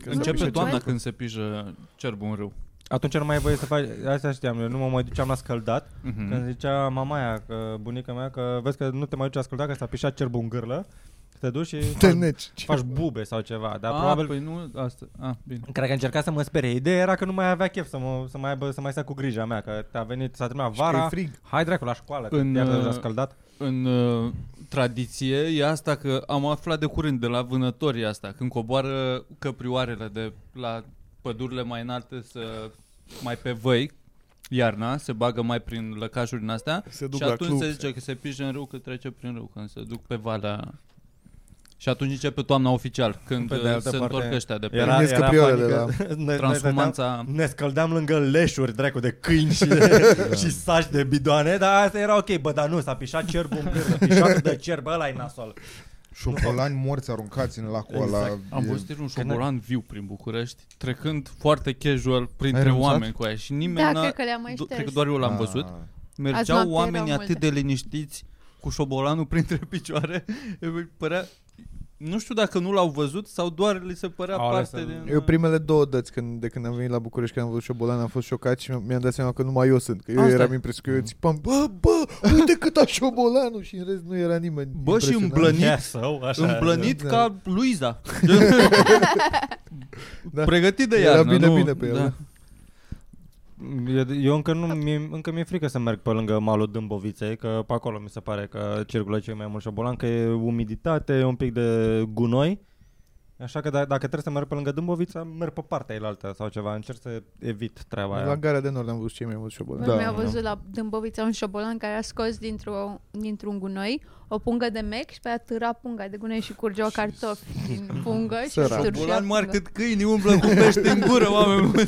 Începe nu- toamna nu- când se pijă cerbul în râu. Atunci nu mai ai voie să faci, asta știam eu, nu mă mai duceam la scăldat, mm. Mhm. când zicea mama aia, că, bunica mea, că vezi că nu te mai duci la scăldat, că s-a pișat cerbul în gârlă, te duci și Te faci, neci. faci bube sau ceva, dar A, probabil Păi nu, asta. A, bine. Cred că a încercat să mă sperie. Ideea era că nu mai avea chef să, mă, să, mai, aibă, să mai stea cu grija mea, că a venit, s-a terminat Vara. vara. E frig. Hai dracu la școală, că În, iar deja uh, scăldat. În uh, tradiție e asta că am aflat de curând de la vânătorii asta, când coboară căprioarele de la pădurile mai înalte să mai pe văi, iarna, se bagă mai prin lăcașuri din astea Se duc și la atunci club, se zice că se pije în râu, că trece prin râu, când se duc pe valea. Și atunci începe toamna oficial, când Pe de uh, altă se parte, întorc ăștia de pe era- Prindesc căprioarele, ne, Transhumanța. Ne scăldam lângă leșuri, dracu, de câini și, de, și saci de bidoane, dar asta era ok, bă, dar nu, s-a pișat cerbul în gârlă, pișatul de cerb, ăla e nasol. Șobolani morți aruncați în lacul ăla. Exact. Am e- văzut ieri un șobolan viu prin București, trecând foarte casual printre renunțat? oameni cu aia și nimeni Da, n-a... cred că le-am mai do- șters. cred că doar eu l-am văzut. Ah. Azi Mergeau noapte oamenii erau atât multe. de liniștiți cu șobolanul printre picioare, îi părea... Nu știu dacă nu l-au văzut sau doar li se părea Au ales parte să- de... Eu primele două dăți când, de când am venit la București, când am văzut șobolan, am fost șocat și mi-am dat seama că numai eu sunt. Că eu Asta e. eram impresionat, că eu țipam, bă, bă, uite cât a șobolanul și în rest nu era nimeni Bă, și impresionat. îmblănit. Ia său, așa. Împlănit da. ca Luiza. Da. Pregătit de Era iarnă. bine, nu? bine pe el, da. Eu, eu încă nu mi încă mi-e frică să merg pe lângă malul Dâmboviței, că pe acolo mi se pare că circulă cei mai mulți șobolan, că e umiditate, e un pic de gunoi. Așa că d- dacă trebuie să merg pe lângă Dâmbovița, merg pe partea ailaltă sau ceva, încerc să evit treaba La aia. Gara de Nord am văzut cei mai mulți șobolani. Da, Da, mi-a nu. văzut la Dâmbovița un șobolan care a scos dintr-o, dintr-un gunoi o pungă de mec și pe aia târa punga de gunoi și curgeau cartofi din pungă și Sărac. stârșea Șobolan mari punga. cât câinii umblă cu pește în gură, oameni buni.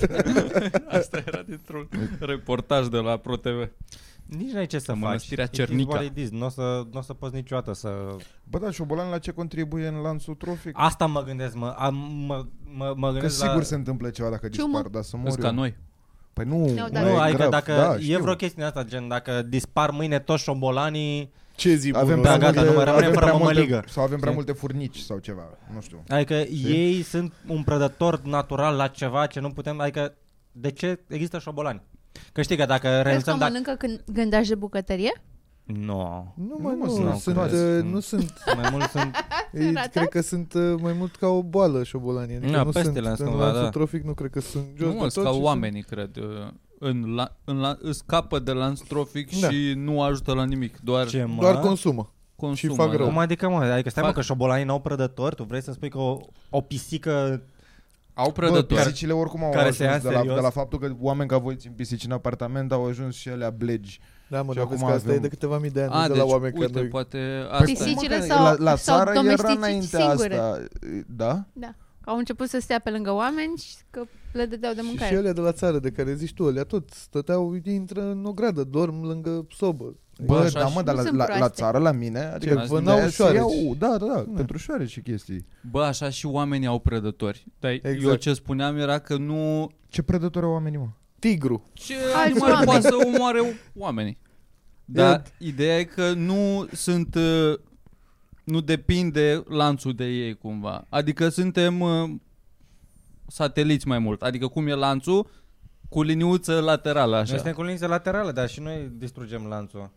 Asta era dintr-un reportaj de la ProTV. Nici n-ai ce să În faci. Mănăstirea It is Cernica. what it is. Nu o să, n-o să poți niciodată să... Bă, da, șobolan la ce contribuie în lanțul trofic? Asta mă gândesc, mă, am, mă, mă, mă Că gândesc sigur la... se întâmplă ceva dacă Ciumă. dispar, dar să mor Sunt ca eu. noi. Păi nu, Nu, da, dar- Nu, e adică grav. dacă da, e știu. vreo chestie din asta, gen dacă dispar mâine toți șobolanii, Ce zi avem bună. Da, prea gata, multe, nu mai rămânem avem fără prea multe- mămăligă. Sau avem prea multe furnici sau ceva, nu știu. adică ei sunt un prădător natural la ceva ce nu putem, adică de ce există șobolani? Că știi că dacă Crezi că renunțăm... Dacă... mănâncă când gândași de bucătărie? Nu, Nu, mă, Nu, mă, nu, sunt sunt, toți. uh, nu sunt, mai mult sunt... ei, ratat? cred că sunt uh, mai mult ca o boală șobolanii, adică Da, nu sunt, pestele astea, în da, lanțul da. trofic nu cred că sunt jos Nu, de mă, tot. sunt ca și oamenii, cred. uh, În la, în la, îți scapă de lanț trofic Da. și nu ajută la nimic, doar Ce, mă? Sunt, doar consumă. consumă. fac da. rău. Cum adică, mă? Adică stai, mă, Fac- că șobolanii n-au prădători? Tu vrei să spui că o, o pisică... Au Bă, prădători. pisicile oricum au care ajuns se ia de în la, de serios. la faptul că oameni ca voi țin pisici în apartament au ajuns și alea blegi. Da, mă, Și dar vezi că acum asta e avem- de câteva mii de ani, A, de deci, la oameni uite, ca păi, noi. poate asta e. Pisicile Mă, că s-au- la, la s-au țară era domesticit înainte singure. asta. Da? Au început să stea pe lângă oameni și că le dădeau de Și, și mâncare. ele de la țară de care zici tu, alea tot stăteau, ei intră în ogradă, dorm lângă sobă. Bă, așa da, și- mă, dar Nu la, sunt la, la proaste. țară, la mine, adică ați vânau mers? șoareci. Iau, Da, da, da, pentru șoareci și chestii. Bă, așa și oamenii au prădători. Dar exact. eu Exact. ce spuneam era că nu... Ce prădători au oamenii, mă? Tigru. Ce Alți animal oameni. poate să omoare o- oamenii? Dar ideea e că nu sunt... uh, Nu depinde lanțul de ei cumva. Adică suntem uh, sateliți mai mult. Adică cum e lanțul? Cu liniuță laterală Noi suntem așa. cu lințe laterale, dar și noi distrugem lanțul.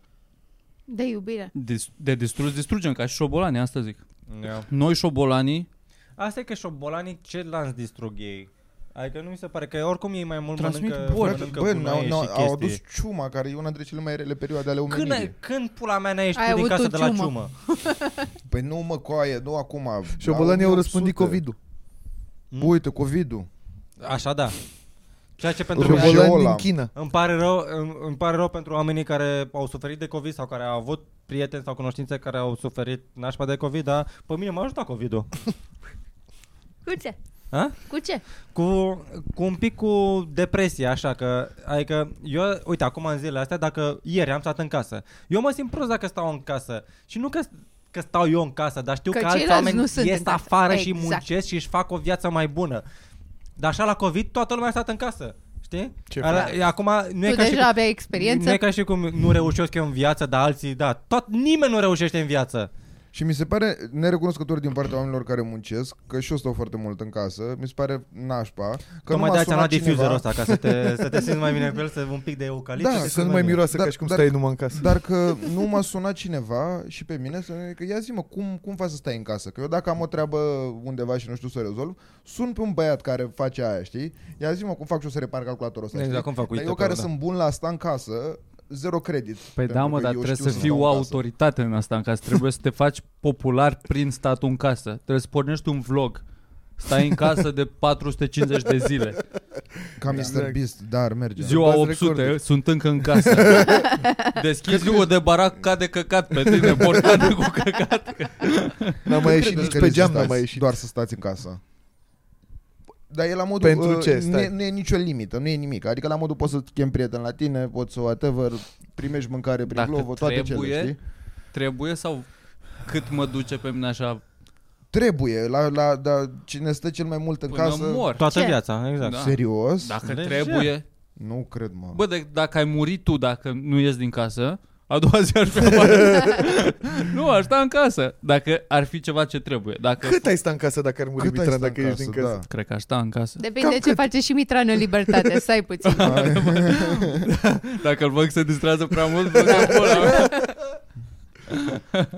De iubire. Dis- De distrus distrugem ca și șobolanii, asta zic. Da. Noi șobolanii Asta e că șobolanii ce lanț distrug ei? Adică nu mi se pare că oricum ei mai mult Transmit mănâncă, boli. mănâncă Bă, gunoaie n-au, n-au, și au chestii. adus ciuma, care e una dintre cele mai rele perioade ale Când, omenirii. ai, când pula mea n-ai ieșit Ai tu din avut casă o de la ciumă. ciumă? Păi nu, mă, coaie, nu acum. Și obolanii au 1800. răspândit COVID-ul. Hmm? Bă, Uite, COVID-ul. Așa da. Ceea ce pentru mine, Rușine. Șobolani din Olam. China. îmi pare, rău, îmi, îmi pare rău pentru oamenii care au suferit de COVID sau care au avut prieteni sau cunoștințe care au suferit nașpa de COVID, dar pe mine m-a ajutat COVID-ul. Cu ce? A? Cu ce? Cu, cu un pic cu depresie, așa că, adică eu, uite, acum în zilele astea, dacă ieri am stat în casă, eu mă simt prost dacă stau în casă și nu că, că stau eu în casă, dar știu Că că, alți ceilalți oameni nu sunt ies în casă. afară și Exact. muncesc și își fac o viață mai bună. Dar așa la COVID toată lumea a stat în casă, știi? Ce Ala- Acum nu e tu ca deja și aveai Nu experiență? e ca și cum nu reușesc eu în viață, dar alții, da, tot, nimeni nu reușește în viață. Și mi se pare nerecunoscător din partea oamenilor care muncesc, că și eu stau foarte mult în casă, mi se pare nașpa, că nu Tocmai de m-a aia ți-am luat sunat difuzorul cineva, ăsta, ca să te, să te simți mai bine cu el, să un pic de eucalipt. Da, să te Să simți nu mai bine. miroase ca Dar- și cum dar- stai numai în casă. dar că nu m-a sunat cineva și pe mine să ne că ia zi mă, cum, cum faci să stai în casă? Că eu dacă am o treabă undeva și nu știu să o rezolv, sun pe un băiat care face aia, știi? Ia zi mă, cum fac și eu să repar calculatorul ăsta, Exact, știi? cum fac, Dar uite, eu care pe ăla, sunt bun la asta în casă, zero credit. Păi pentru da, mă, că dar eu trebuie știu să stau fii în o casă. autoritate în asta, în casă. Trebuie să te faci popular prin statul în casă. Trebuie să pornești un vlog. Stai în casă de 450 de zile. Ca Exact. Mr. Beast, dar merge. Ziua Bați 800, recorduri. sunt încă în casă. Deschizi o de barac, cade căcat pe tine, borcană cu căcat. N-am mai ieșit, Credeți nici că pe geam n-am rezistați mai ieșit. Doar să stați în casă. Dar e la modul... Pentru uh, ce Nu e, stai? nu e nicio limită, nu e nimic. Adică la modul poți să chem prieten la tine, poți să whatever, primești mâncare prin Dacă glovo, toate trebuie- cele, știi? Trebuie sau cât mă duce pe mine așa Trebuie, la, la, da, cine stă cel mai mult în până casă... mor? Toată Ce? viața, exact. Da. Serios? Dacă De ce? trebuie. Nu cred, mă. Bă, de, dacă ai murit tu, dacă nu ies din casă, a doua zi ar fi afară. Nu, aș sta în casă. Dacă ar fi ceva ce trebuie. Dacă Cât ai sta în casă dacă ar muri Cât ai Mitran stat dacă ești din casă? Cred că aș sta în casă. Depinde Cam ce cât? face și Mitran în libertate, stai puțin. Dacă îl fac să distrează prea mult, bă, pula mea.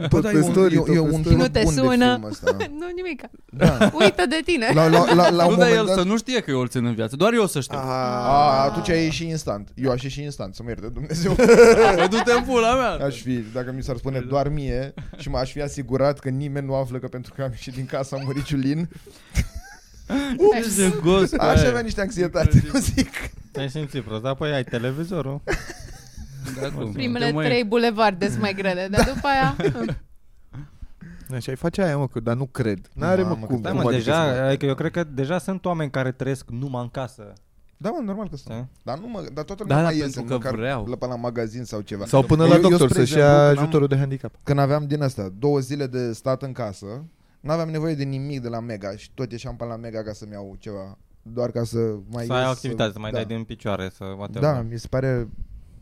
Tot ai E un, story, Da. Păi, e, tot pe story. Nu e un film te bun de sună. film ăsta. nu nimic. Da. Uită de tine. La, la, la, la un Nu, dar el moment să dat... nu știe că eu îl țin în viață, doar eu să știu. Ah, A, atunci ai ieșit instant. Eu aș ieși instant, să mă ierte Dumnezeu. Bă, du-te în pula mea! Aș fi, dacă mi s-ar spune doar mie și m-aș fi asigurat că nimeni nu află că pentru că am ieșit din casa am murit Ciulin, Ești de gost, aș bă. avea niște anxietate, nu zic. Te-ai simțit prost, dar păi ai televizorul. Da, cum? Primele Te mai- trei bulevarde sunt mai grele, dar Da. după aia... și ai face aia, mă, că, dar nu cred. N-are, mă, Mamă, cum. cât Da, cum mă, adică să deja, adică eu cred că deja sunt oameni care trăiesc numai în casă. Da, mă, normal că sunt. Da. Dar, nu mă, dar Da, toată lumea da, mai pentru iese, că măcar vreau. la, până la magazin sau ceva. Sau până la Eu- eu, doctor spre să-și exemplu, ia când am- ajutorul de handicap. Când aveam din asta două zile de stat în casă, n-aveam nevoie de nimic de la Mega și tot ieșeam până la Mega ca să-mi iau ceva. Doar ca să mai să ai o ies, activitate, să mai da. dai din picioare, să whatever. Da, mi se pare...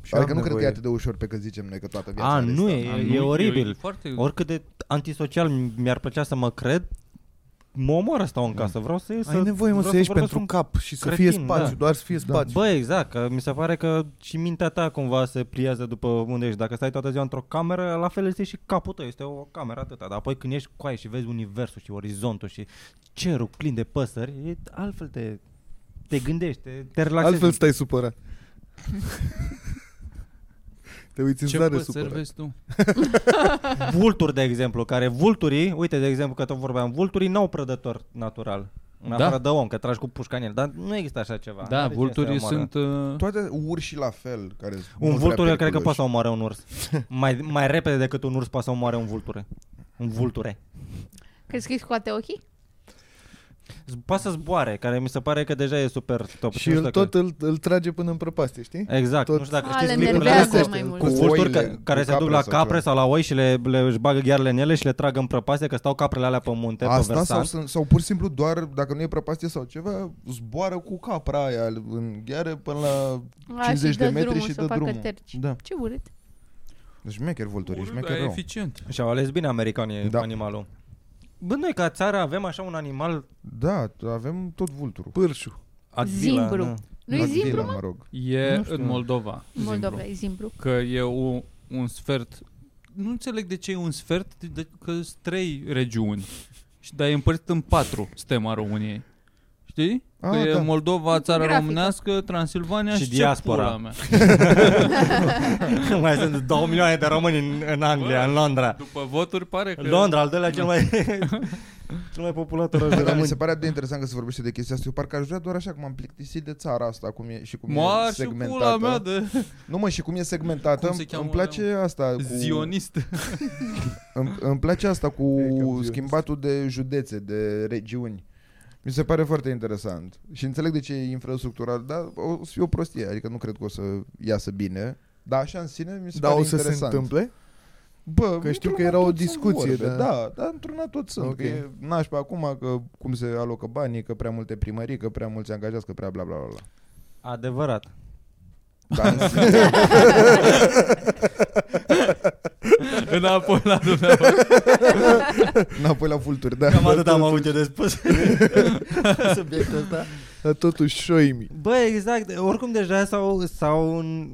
Și Adică am nu cred că e nevoie. atât de ușor pe că zicem noi că toată viața A, are nu stat. e, A, e, nu, oribil. foarte... Oricât de antisocial mi-ar plăcea să mă cred, mă omor stau în casă, vreau să ies Ai să- nevoie, mă, vreau să ieși vorbesc pentru un- cap și să cretin, fie spațiu, da. doar să fie spațiu. Bă, exact, că mi se pare că și mintea ta cumva se pliază după unde ești. Dacă stai toată ziua într-o cameră, la fel este și capul tău, este o cameră atâta. Dar apoi când ești cu aia și vezi universul și orizontul și cerul plin de păsări, e altfel te, te gândești, te, te relaxezi. Altfel stai supărat. Te uiți în Ce zare păsări supărat. vezi tu? vulturi, de exemplu, care vulturii, uite, de exemplu, că tot vorbeam, vulturii n-au prădător natural. În Da. afară de om, că tragi cu pușca în el, dar nu există așa ceva. Deci Da, N-are vulturii cine să sunt... uh, Toate urși la fel. Care sunt Un mult prea vulture cred că periculoși. poate să omoare un urs. Mai, mai repede decât un urs poate să omoare un vulture. Un vulture. Crezi că îi scoate ochii? Z- Poate să zboare, care mi se pare că deja e super top. Și Nu el știu dacă- tot îl, îl trage până în prăpastie, știi? Exact, tot- nu știu dacă A, știți Ah, le clipul enervează cu, mai mult. cu Cu vulturi oile, ca, cu care se duc capre la sau capre ceva. sau la oi și le, le își bagă ghearele în ele și le trag în prăpastie că stau caprele alea pe munte, pe Asta sau, versant. sunt- sau pur și simplu doar, dacă nu e prăpastie sau ceva, zboară cu capra aia în gheare până la A, 50 și dă de metri drumul și să dă facă drumul. terci. Da. Ce urât. Deci mecher vulturii, urât, șmecher dar e rău. eficient. Și au ales bine americanii da. Da. animalul. Bă, noi ca țară avem așa un animal Da, avem tot vulturul. Pârșu. agila, Zimbru. da. Nu-i Agdila, zimbru, mă? mă rog. E Nu știu. în Moldova. Moldova, Zimbru. e zimbru. Că e un, un sfert... Nu înțeleg de ce e un sfert, de- de, că sunt trei regiuni. Și dar e împărțit în patru stema României. Știi? Că Ah, e da. Moldova, țara Grafică. românească, Transilvania Și și, ce diaspora. pula mea. Mai sunt 2 milioane de români în, în Anglia, în Londra. După voturi pare că... Londra, al doilea cel mai cel mai populat oraș de Dar mi români. se pare atât de interesant că se vorbește de chestia asta. Eu parcă aș vrea doar așa cum am plictisit de țara asta cum e, și cum e Moar și pula segmentată. mea de Nu mă, și cum e segmentată. Cum se îmi- cheamă, îmi place asta cu zionist. Îmi, îmi place asta cu E cam ziua. schimbatul de județe, de regiuni. Mi se pare foarte interesant. Și înțeleg de ce e infrastructural, dar o să fie o prostie. Adică nu cred că o să iasă bine. Dar așa în sine mi se Dar pare Da, o să interesant. se întâmple? Bă, Că știu că într-una era o tot sunt discuție, vorbe, da. da, dar într-una tot sunt. Ok. Okay. Că e nașpa acum că cum se alocă banii, că prea multe primării, că prea mulți angajați, că prea bla bla bla. bla. Da. Adevărat. Dar în sine, Înapoi la dumneavoastră. înapoi la vulturi, da. Cam atât am avut eu de spus. Subiectul ăsta. Dar totuși șoimi. Bă, exact. Oricum deja s-au, s-au, în-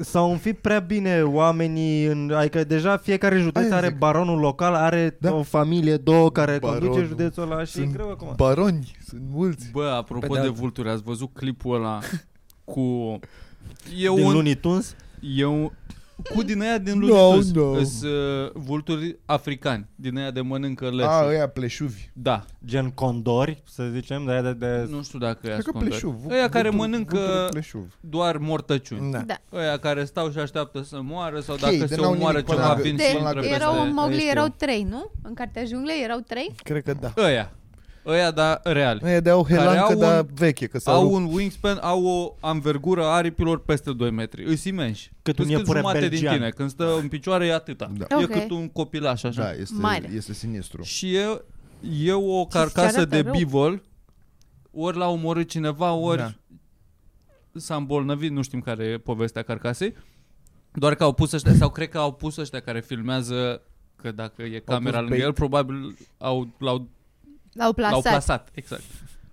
s-au înfipt prea bine oamenii. În, adică deja fiecare județ Aia are zic. baronul local, are Da. o familie, două care conduce Baronul. județul ăla și e greu acum. Baroni, sunt mulți. Bă, apropo Pe de de alt- vulturi, ați văzut clipul ăla cu... E Din un, lunii tuns. e un, cu din aia din No, Lunitus. no. Îs, uh, vulturi africani, din aia de mănâncă leșuri. A, ăia pleșuvi. Da, gen condori, să zicem, de, de, de nu știu dacă e Cred că ascundat. pleșuv. Ăia care vulturi- mănâncă- vulturile pleșuv. Doar mortăciuni. Da. Da. Ăia care stau și așteaptă să moară sau Chei, dacă Mm. de se n-au omoară nimic ceva până la- vin de- și De, intră Peste- erau peste... Mowgli, știu. erau trei, nu? În cartea junglei erau trei? Cred că da. Ăia. Ăia, dar real. Aia de au Care helancă, au dar un- veche, că s-au Au rupt. un wingspan, au o anvergură a aripilor peste 2 metri. Îs imenși. Cât un Îs iepure jumate belgian. din tine. Când stă în picioare e atâta. Da. E Ok. cât un copilaș așa. Da, este, Mare. este sinistru. Și e, e o se carcasă arată de rău. bivol. Ori l-a omorât cineva, ori Da. s-a îmbolnăvit, nu știm care e povestea carcasei. Doar că au pus ăștia, sau cred că au pus ăștia care filmează că dacă e camera pus lângă bait. el, probabil au, l-au L-au L-au plasat. plasat, exact.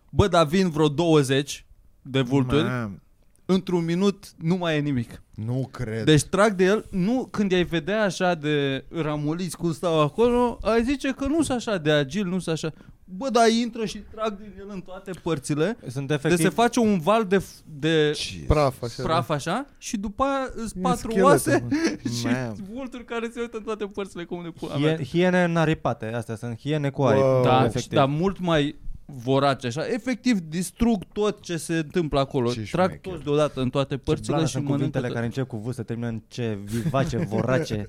Bă, dar vin vreo 20 de vulturi Mamă. într-un minut nu mai e nimic. Nu cred. Deci trag de el, nu când i-ai vedea așa de ramoliți cum stau acolo, ai zice că nu sunt așa de agil, nu sunt așa. Bă, dar intră și trag din el în toate părțile. Sunt Deci efectiv... se face un val de, f- de Praf, așa. praf așa și după aia îs E patru scheletă, oase mă. și Man. vulturi care se uită în toate părțile cum de pula mea. Hie, hiene naripate, astea sunt hiene cu aripi. Wow. Da, efectiv. dar mult mai vorace așa. Efectiv distrug tot ce se întâmplă acolo. Ce Trag șmecher. toți deodată în toate părțile Blană și sunt mănâncă cuvintele tot. care încep cu V, se termină în ce vivace, vorace.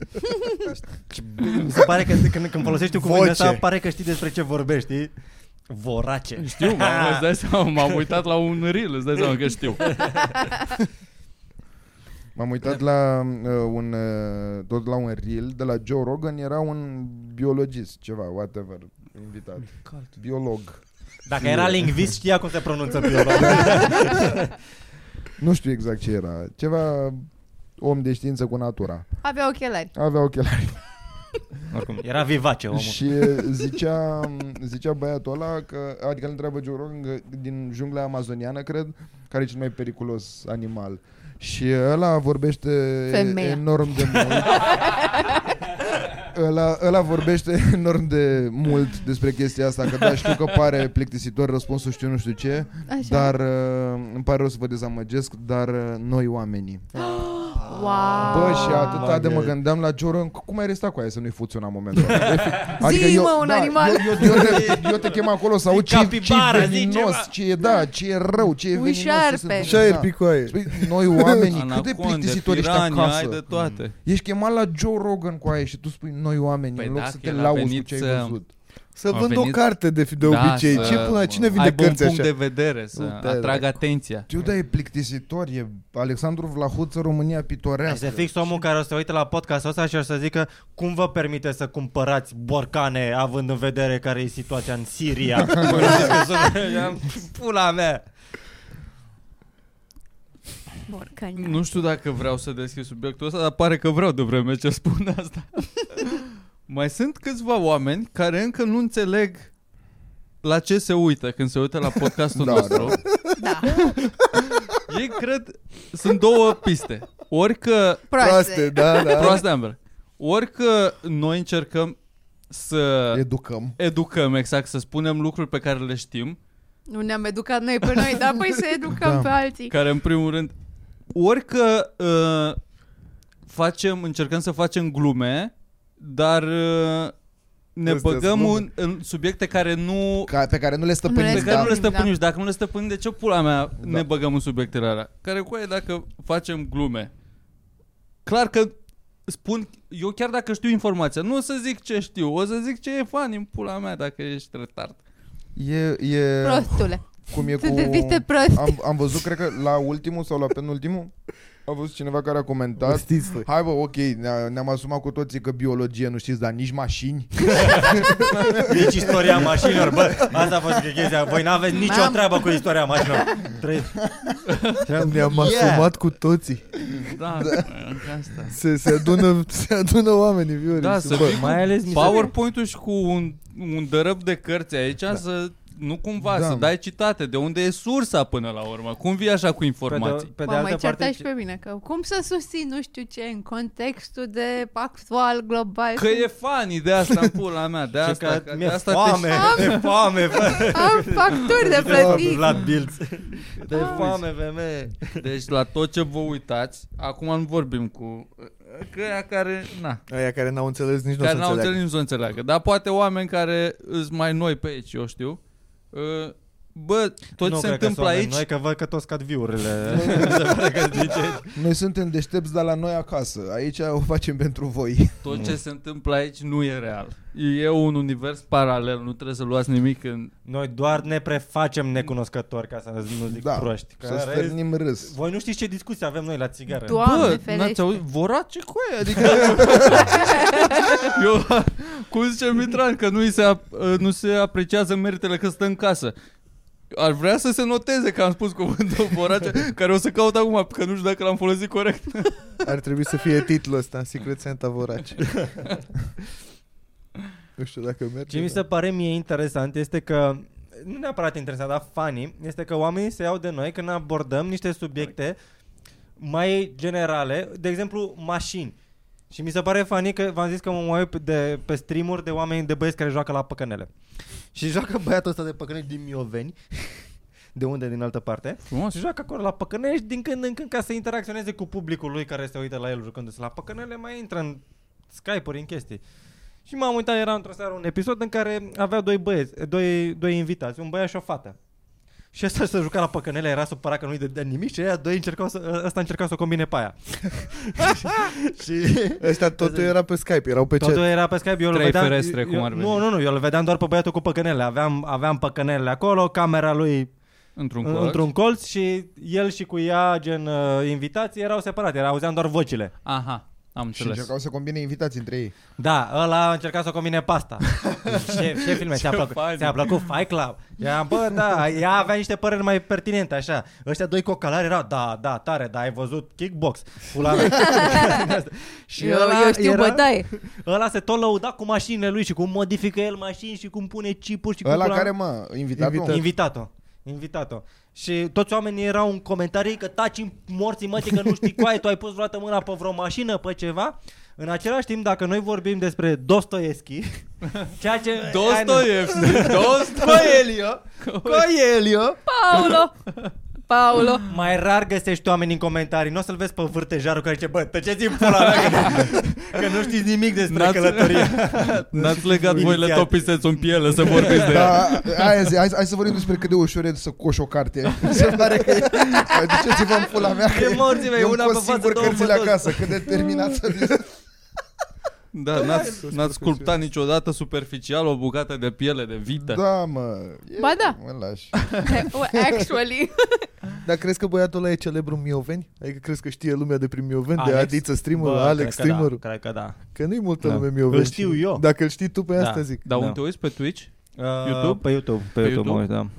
Mi se pare că când, când folosești tu cuvântul Voce. ăsta, pare că știi despre ce vorbești, știi? Vorace. Ah, Știu, m-am, îți dai seama, m-am uitat la un reel, îți dai seama că știu. M-am uitat la uh, un uh, tot la un reel de la Joe Rogan, era un biologist, ceva, whatever, invitat. Biolog. Dacă era lingvist, știa cum se pronunță biolog. Nu știu exact ce era. Ceva om de știință cu natura. Avea ochelari. Avea ochelari Oricum, era vivace omul. și uh, zicea, zicea băiatul ăla că, adică îl întreabă Joe Rogan că din jungla amazoniană, cred, care e cel mai periculos animal. Și ăla vorbește Femeia. enorm de mult. Ăla, ăla vorbește enorm de mult despre chestia asta, că da, știu că pare plictisitor răspunsul știu nu știu ce, Așa. dar uh, îmi pare rău să vă dezamăgesc, dar uh, noi oamenii. Wow. Bă, și atâta Maghiari. de mă gândeam la Joran, cum ai restat cu aia să nu-i fuționa momentul ăla? Efectiv. Zi, mă, un animal. Eu, eu, eu, te, eu te chem acolo să auzi ce, ce capibara, e zi veninos, ceva. ce e, da, ce e rău, ce e Un veninos. ce se șarpe. întâmplă. Și aer Da. picoaie. Păi, noi oamenii, cât de Anaconde, plictisitori ești piranii, ai de acasă. toate. Ești chemat la Joe Rogan cu aia și tu spui noi oamenii, Păi în loc dacă să te el a lauzi cu venit ce ai să- văzut. Să A vând o venit- carte de, fi- de obicei. Da, să- ce până, cine Aibă vinde un cărți punct așa? de vedere, să Da, da. atrag atenția. Știu, dar e plictisitor, e Alexandru Vlahuță, România pitorească. Este fix omul care o să se uite la podcastul ăsta și o să zică cum vă permite să cumpărați borcane având în vedere care e situația în Siria. Voi ziceți că sunt- am- Pula mea. Borcani. Nu știu dacă vreau să deschid subiectul ăsta, dar pare că vreau de vreme ce spun asta. Mai sunt câțiva oameni care încă nu înțeleg la ce se uită când se uită la podcastul Da, nostru. Da. Ei cred, sunt două piste. Ori că Proaste, Proaste. da, da. proaste ambele. Ori că noi încercăm să Educăm. educăm, exact, să spunem lucruri pe care le știm, Nu ne-am educat noi pe noi, dar păi să educăm Da. pe alții. care în primul rând, ori că uh, facem, încercăm să facem glume, dar uh, ne Îți băgăm dezlume. un, în subiecte care nu Ca, pe care nu le Nu pe stăpânim, le- care da. nu le stăpânim, stăpânim și dacă nu le stăpânim, de ce pula mea ne băgăm în subiectele alea? Care cu aia dacă facem glume? Clar că spun, eu chiar dacă știu informația, nu o să zic ce știu, o să zic ce e fan în pula mea dacă ești retard. E, e Prostule. cum e cu... Sunt viste prost. Am, am văzut, cred că la ultimul sau la penultimul, a văzut cineva care a comentat Da, Știți voi. Hai bă, ok, ne- ne-am asumat cu toții că biologie nu știți, dar nici mașini. Nici Deci istoria mașinilor, bă, asta a fost chestia. Voi n-aveți nicio Mam. treabă cu istoria mașinilor. Trăiți. Ne-am Yeah. asumat cu toții. Da, da. asta. Se, se, adună, se adună oamenii, Vioric. Da, Se- să bă, fii mai ales mi cu se- PowerPoint-ul și cu un, un dărăp de cărți aici să nu cumva Da, să mă. dai citate de unde e sursa până la urmă. Cum vii așa cu informații? pe Mă mai certai și pe mine că cum să susțin nu știu ce în contextul de actual global. Că e fan de asta în pula mea, de și asta, că de mi-e asta foame, te de foame, bă. Am facturi de plătit. Vlad Bilț. De foame, femeie. Deci la tot ce vă uitați, acum nu vorbim cu căia care, na, Aia care n-au înțeles nici nu o să care n-au înțeleagă. înțeles, nu să înțeleagă. Dar poate oameni care îs mai noi pe aici, eu știu. uh, Bă, tot ce se întâmplă aici, Noi că văd că tot scad viurile. Se pare că zice. Noi suntem deștepți, dar la noi acasă. Aici o facem pentru voi. tot ce se întâmplă aici nu e real. E un univers paralel, nu trebuie să luați nimic în... Noi doar ne prefacem necunoscători ca să nu zic Da, proști. Că să în rest, stârnim râs. voi nu știți ce discuții avem noi la țigară. Doamne Bă, ferește. n-ați auzit? Vorace cu aia, adică... Eu, cum zice Mitran, că nu, se, ap- ă, nu se apreciază meritele că stă în casă. Ar vrea să se noteze că am spus cuvântul vorace, care o să caut acum, că nu știu dacă l-am folosit corect. Ar trebui să fie titlul ăsta, Secret Santa Vorace. nu știu da. dacă merge. Ce mi dar- se pare mie interesant este că nu neapărat interesant, dar funny, este că oamenii se iau de noi când abordăm niște subiecte mai generale, de exemplu mașini. Și mi se pare funny că v-am zis că mă uit de, pe streamuri de oameni, de băieți care joacă la păcănele. Și joacă băiatul ăsta de păcănele din Mioveni, de unde, din altă parte. Frumos. Și joacă acolo la păcănești din când în când ca să interacționeze cu publicul lui care se uită la el jucându-se la păcănele, mai intră în Skype-uri, în chestii. Și m-am uitat, era într-o seară un episod în care avea doi băieți, doi, doi invitați, un băiat și o fată. Și ăsta se juca la păcănele, era supărat că nu-i dădea nimic și aia doi încercau să, ăsta încerca să o combine pe aia. și Ăsta totul era pe Skype, erau pe totul chat. era pe Skype, eu îl Păi Trei vedeam... ferestre, eu, cum ar veni. Nu, nu, nu, eu îl vedeam doar pe băiatul cu păcănele. Aveam, aveam păcănele acolo, camera lui Într-un în- colț. într-un colț și el și cu ea, gen uh, invitații, erau separate, era, auzeam doar vocile. Aha, am Și înțeles. încercau să combine invitații între ei. Da, ăla a încercat să o combine pasta. ce, ce filme? Ți-a Ce plăcut, fain. ți-a plăcut Fight Club? Ea, bă, da, ea avea niște păreri mai pertinente, așa. Ăștia doi cocalari erau, da, da, tare, da, ai văzut kickbox. Pula mea. și Eu, eu știu da. bătaie. ăla se tot lăuda cu mașinile lui și cum modifică el mașini și cum pune chipuri și cum... Ăla pula- care, mă, invitat Invitato. Invitato. Invitato. Și toți oamenii erau în comentarii că taci în morții mătii, că nu știi cu tu ai pus vreodată mâna pe vreo mașină, pe ceva. În același timp, dacă noi vorbim despre Dostoevski, ceea ce... Dostoevski, Dostoevski. Coelio! Coelio! Paulo! Paulo! Mai rar găsești oameni în comentarii. Nu o să-l vezi pe vârtejarul care zice, bă, tăceți în pula mea, că, că nu știți nimic despre N-ați- călătorie. N-ați legat voi Inițiat. le topiseți în piele să vorbiți de Da, aia zi, hai, hai să vorbim despre cât de ușor e să coși o carte. Se pare că e... Mai duceți-vă în pula mea. că E morții mei, eu îmi una pun pe față, singur două pe cărțile dos. acasă, cât de terminat să fiți. Da, n-ați, n-ați sculptat niciodată superficial o bucată de piele de vită. Da, mă. E, Ba da. Mă lași. Actually. Dar crezi că băiatul ăla e celebru în Mioveni? Adică crezi că știe lumea de prin Mioveni? De Alex? Adiță streamer, Bă, Alex cred că streamer Da, cred că da. Că nu-i multă Da. lume Mioveni. Îl știu eu. Dacă îl știi tu, pe Da. asta zic. Dar unde Da. te uiți? Pe Twitch? Uh, YouTube? Pe YouTube, pe, Pe YouTube, mă uit, YouTube? da.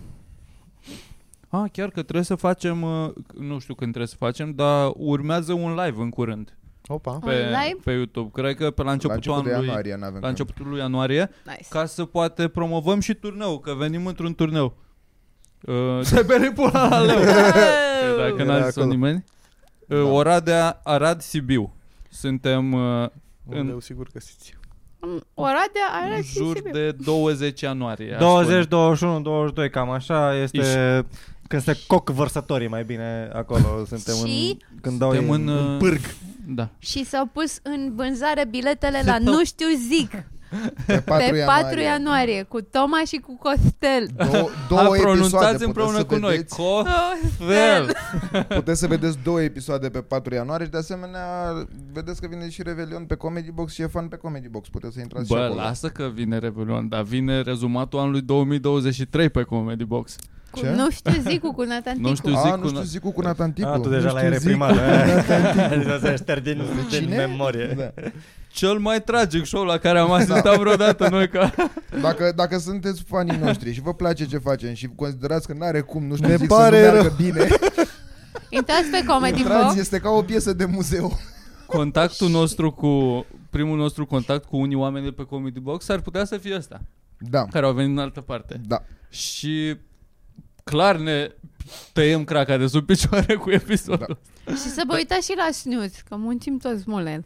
Ah, chiar că trebuie să facem, uh, nu știu când trebuie să facem, dar urmează un live în curând Opa. pe, live? pe YouTube. Cred că pe la La începutul început de anului, ianuarie n-avem la când. începutul lui ianuarie, Nice. ca să poate promovăm și turneul, că venim într-un turneu. Uh, se bere pula la leu. Dacă Era n-a zis acolo. nimeni. Uh, Da. Oradea, Arad, Sibiu. Suntem uh, în- În... sigur că știți. Oradea are în jur accesibil. de 20 ianuarie. aș 20, spune. 21, 22, cam așa este Iși. când se coc vărsătorii mai bine acolo. Suntem Și? în, când dau Suntem ei Ah, în, uh, pârg. Da. Și s-au pus în vânzare biletele la nu știu zic, Pe 4 pe 4 ianuarie, cu Toma și cu Costel. Două, A, două pronunțați episoade împreună puteți cu să noi. vedeți, Cofel. Puteți să vedeți două episoade pe 4 ianuarie și de asemenea vedeți că vine și Revelion pe Comedy Box și e fan pe Comedy Box. Puteți să intrați și Bă, acolo. lasă că vine Revelion, dar vine rezumatul anului 2023 pe Comedy Box. Cu Ce? nu știu zic cu Natanticu. Nu știu. A, zic nu cu- știu, zic cu Natanticu. A, tu deja l-ai reprimat. Da, Să se ștergi din, din Cine? memorie. Da. Cel mai tragic show la care am Da. asistat vreodată noi ca... Dacă, dacă sunteți fanii noștri și vă place ce facem și considerați că n-are cum, nu știu, Ne zic, pare să nu rău. meargă bine, Intrați pe Comedy Box. intrați, este ca o piesă de muzeu. Contactul nostru cu... Primul nostru contact cu unii oameni de pe Comedy Box ar putea să fie ăsta, Da, care au venit în altă parte. da. Și clar ne tăiem craca de sub picioare cu episodul. Da. Și să vă uitați și la Snooze, că muncim toți mult la el.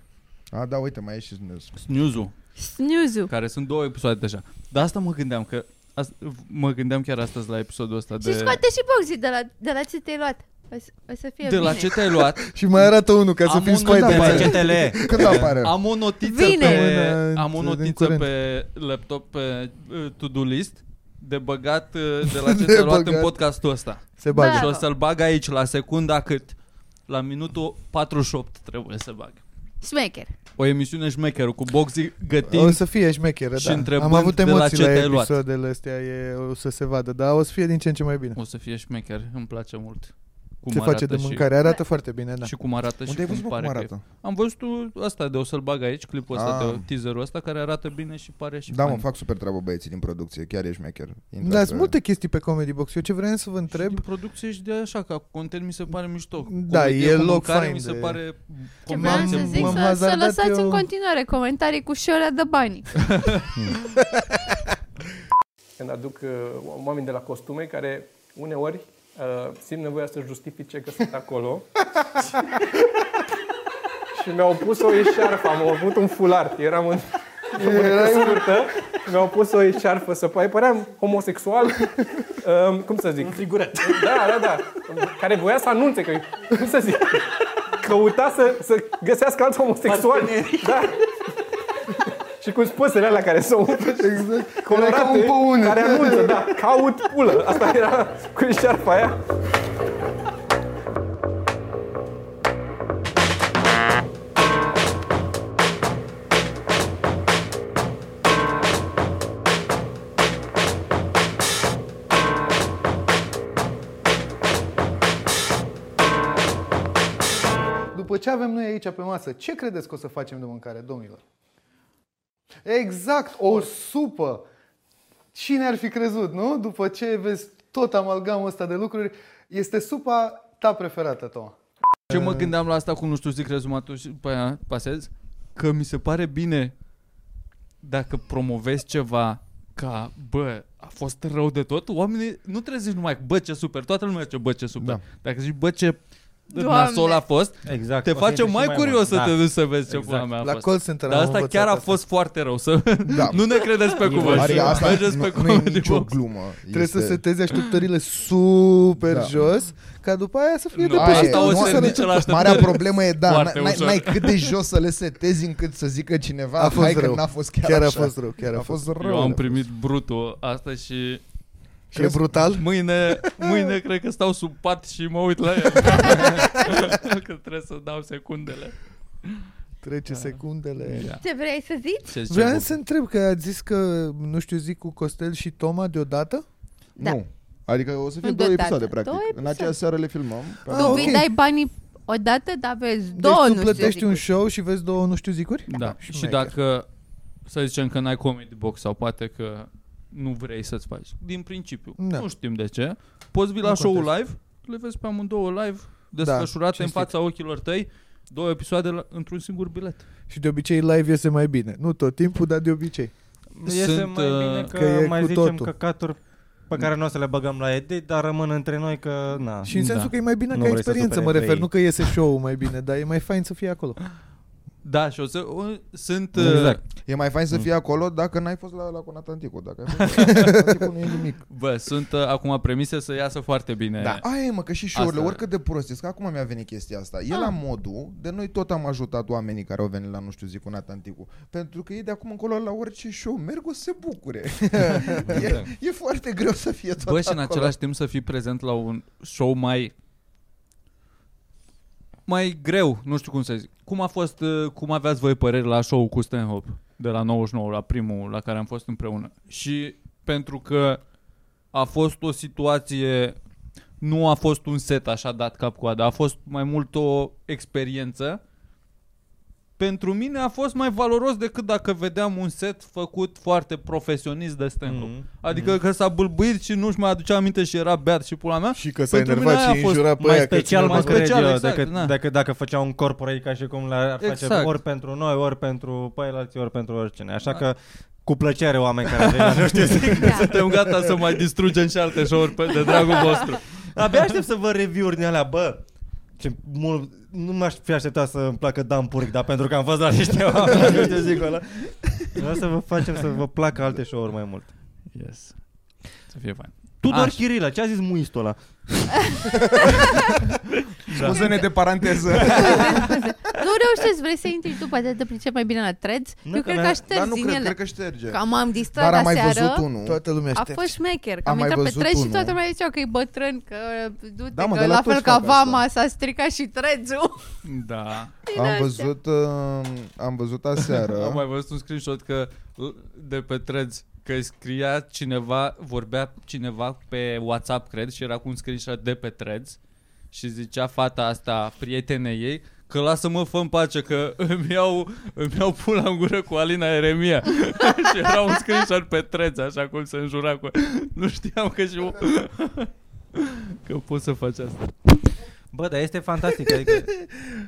A, da, uite, mai e și Snus. Snooze-ul, Snooze-ul. care sunt două episoade deja. Dar asta mă gândeam că... Asta, mă gândeam chiar astăzi la episodul ăsta de... Și scoate și boxii de la, de la ce te-ai luat. O să, o să fie de bine. la ce te-ai luat Și mai arată unul ca să Am fim un scoate. număr. pe Pe aia. CTLE. Când apare? Am o notiță Vine! pe Până am o în- din notiță curând. pe laptop pe uh, to-do list de băgat uh, de la ce De te luat în băgat. podcastul ăsta. Se bagă. Da. Și o să-l bag aici la secunda cât la minutul 48 trebuie să bag. Smecher. O emisiune șmecheră cu boxii O gătind. să fie șmecheră, și da. întrebând Am avut de la emoții ce la, te-ai luat. episoadele astea, e, o să se vadă, dar o să fie din ce în ce mai bine. O să fie șmecher, îmi place mult. Cum se face de arată mâncare, arată foarte bine, da. Și, și cum arată Unde și ai văzut, cum mă, pare cum că e. arată? Am văzut uh, asta de o să-l bag aici, clipul ăsta, Ah. de teaserul ăsta care arată bine și pare și Da, mă, fain. fac super treabă băieții din producție, chiar ești mecher. Intrați Dar pe- sunt multe chestii pe Comedy Box. Eu ce vreau să vă întreb, Și din producție și de așa, ca content mi se pare mișto. Da, Comedie e cu loc mâncare fain mi se de- pare Ce M-am- vreau comedie să zic m-am să, să hazardat lăsați eu- în continuare comentarii cu și de bani. când aduc uh, oameni de la costume care uneori uh, simt nevoia să justifice că sunt acolo. și mi-au pus o eșarfă, am avut un fular, eram în Erai scurtă, mi-au pus o eșarfă să păi, păream homosexual, um, cum să zic? Un friguret. Da, da, da. Care voia să anunțe că, cum să zic, căuta să, să găsească alți homosexuali. Da. Și cu spusele alea care sunt exact. Era ca un colorate, pe une. care anunță, da, caut pulă. Asta era cu șarpa aia. După ce avem noi aici pe masă, ce credeți că o să facem de mâncare, domnilor? Exact, o supă! Cine ar fi crezut, nu? După ce vezi tot amalgamul ăsta de lucruri, este supa ta preferată, Toma. Ce mă gândeam la asta cu nu știu zic rezumatul și după aia pasez? Că mi se pare bine dacă promovezi ceva ca, bă, a fost rău de tot, oamenii nu trebuie să zici numai, bă, ce super, toată lumea zice, bă, ce super. Da. Da. Dacă zici, bă, ce Doamne. nasol a fost, Exact. te O să face intri și mai curios să mult. te duci să vezi ce Exact. pula mea a La fost. call center Dar am asta învățat chiar a fost foarte rău să... Da. Nu ne credeți pe cuvânt. Are asta Mergeți pe nu, nu e cuvânt. nicio glumă. Trebuie este... este... să setezi așteptările super Da. da. jos, ca după aia să fie Nu, de Asta pe o nu să asta ridice nu- la așteptări. Marea problemă e, da, Foarte n- n-ai, ușor. n-ai cât de jos să le setezi încât să zică cineva A fost Hai că rău. n-a fost chiar, Chiar a așa. fost rău, chiar a a fost. fost rău. Eu am primit brutul asta și Și e brutal? Mâine, mâine cred că stau sub pat și mă uit la el. că trebuie să dau secundele. Trece secundele. Ia. Ce vrei să zici? Da. Ce zice Vreau Bob? să întreb că ați zis că, nu știu, zic cu Costel și Toma deodată? Da. Nu. Adică o să fie Nu două deodată, episoade, practic. două În episoade. acea seară le filmăm. Ah, Tu ok. vii, dai banii odată, dar vezi Deci două, tu nu plătești știu Da. un zicuri. show și vezi două nu știu zicuri? Da. Și Și maker. dacă, să zicem că n-ai comedy box sau poate că nu vrei să-ți faci. Din principiu. Da. Nu știm de ce. Poți vii Nu la show-ul contează. live, le vezi pe amândouă live, desfășurate în cinstit. fața ochilor tăi, două episoade la, într-un singur bilet. Și de obicei live iese mai bine. Nu tot timpul, dar de obicei. Este Sunt, mai bine uh, că, că e mai cu zicem totul. căcaturi pe care nu o să le băgăm la edit, dar rămân între noi că, na. Și în Da. sensul că e mai bine Nu ca vrei să experiență, supere mă pe refer. ei. Nu că iese show-ul mai bine, dar e mai fain să fie acolo. Da, și o să... O, sunt... Exact. E mai fain să fii acolo dacă n-ai fost la, la Conatanticu. Dacă ai fost la Conatanticu, nu e nimic. Bă, sunt uh, acum premise să iasă foarte bine. Da. Aia e, mă, că și show-urile, Asta- oricât de prost este, că acum mi-a venit chestia asta. E Ah. la modul de noi tot am ajutat oamenii care au venit la, nu știu, zic, un atanticu. Pentru că ei de acum încolo la orice show merg o să se bucure. e, e, foarte greu să fie tot Bă, și în acolo. același timp să fii prezent la un show mai mai greu, nu știu cum să zic. Cum a fost, uh, cum aveați voi păreri la show cu Stanhope de la 99, la primul la care am fost împreună? Și pentru că a fost o situație nu a fost un set așa dat cap coadă, a fost mai mult o experiență. Pentru mine a fost mai valoros decât dacă vedeam un set făcut foarte profesionist de stand-up. Mhm. Adică că s-a bâlbâit și nu-și mai aducea aminte și era beat și pula mea. Și că Păi s-a Pentru enervat mine aia și a fost Păi înjura pe mai special, da. mă mai cred special, eu, exact, decât, na. decât dacă făcea un corporate ca și cum le-ar face Exact. ori pentru noi, ori pentru păilalții, ori pentru oricine. Așa că cu plăcere oameni care vin la nu știu zic. Suntem gata să mai distrugem și alte show-uri pe- de dragul vostru. Abia aștept să văd review-uri din alea, bă. Ce mult, nu m-aș fi așteptat să îmi placă Dan Purg, dar pentru că am fost la niște oameni, nu știu zic ăla. Vreau să vă facem să vă placă alte show-uri mai mult. Yes. Să fie fain. Tudor Așa. Chirila, ce a zis muistul ăla? Da. Scuze-ne de paranteză. Nu reușești, vrei să intri tu, poate te pricep mai bine la threads. Nu, Eu că cred că mi-a- aș Dar ștergi nu din cred, ele. cred că șterge. Că am distrat Dar am mai aseară. văzut unul. Toată lumea A aștept. fost șmecher, că Am am, mai intrat pe văzut threads și unul. toată lumea zicea că e bătrân, că du-te, Da, mă, că de la la fel toți ca fac asta. vama s-a stricat și trețul. Da. Am văzut, uh, am văzut aseară. Am mai văzut un screenshot că de pe threads că scria cineva, vorbea cineva pe WhatsApp, cred, și era cu un screenshot de pe threads și zicea fata asta, prietenei ei, că lasă-mă fă în pace, că îmi iau, îmi iau pula în gură cu Alina Eremia. și era un screenshot pe threads, așa cum se înjura cu... Nu știam că și... că poți să faci asta. Bă, dar este fantastic, adică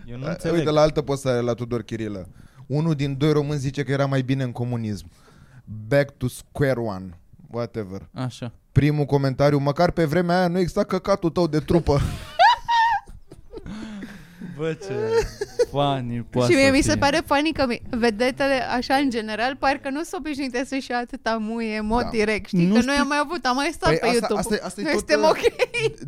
eu nu A, înțeleg. Uh, Uite la altă postare la Tudor Chirilă. Unul din doi români zice că era mai bine în comunism. Back to square one. whatever. Așa. Primul comentariu, măcar pe vremea aia nu exista căcatul tău de trupă. Bă, ce funny poate Și mie să mi se fie. pare panică. mi- Vedetele, așa, în general, parcă nu sunt obișnuite să-și ia atâta muie, mod Da. Păi direct, știi? Nu că noi știu- am mai avut, am mai stat pe YouTube. asta, asta noi e tot, uh, suntem ok.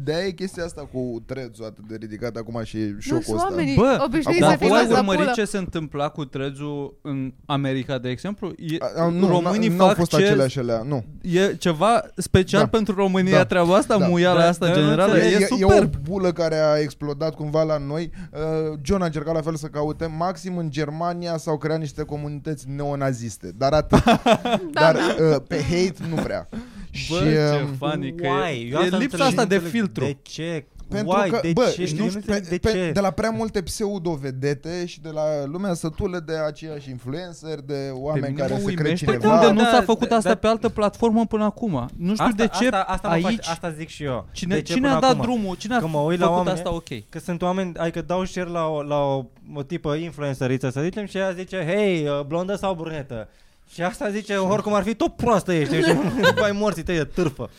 De-aia e chestia asta cu trețul atât de ridicat acum și Nu șocul sunt ăsta. oamenii Bă, obișnuiți Dar să Exact, voi fie ați la urmărit pulă. ce se întâmpla cu trezul în America, de exemplu? E, A, a, nu, românii n- n-au fac fost ce, aceleași alea, nu. E ceva special Da. pentru România Da. treaba asta? Da. Muiala Da, asta în da, nu general? înțeleg. E, E, e o superb. bulă care a explodat cumva la noi. Uh, John a încercat la fel să caute. Maxim în Germania s-au creat niște comunități neonaziste. Dar atât. Da, Dar uh, pe hate nu prea. și, Bă, ce um, funny că Why? e, Eu e lipsa înțeleg, asta de înțeleg. filtru. De ce? pentru Why? că, de bă, ce? știi, Eu nu înțeleg de pe- ce. de la prea multe pseudovedete și de la lumea sătulă de aceiași influencer, de Pe oameni mine care mă se crede uimește cineva. cum de Da, nu da, s-a făcut da, asta da. pe altă platformă până acum. Nu știu de ce asta, asta, mă aici... face, asta zic și eu. Cine, de ce cine până a dat acum? drumul? Cine a Că mă uit la făcut oameni- asta ok? Că sunt oameni, adică dau share la o, la o, o tipă influenceriță, să zicem, și ea zice, hei, uh, blondă sau brunetă? Și asta zice, oricum ar fi, tot proastă ești, ești bai morții tăi de târfă.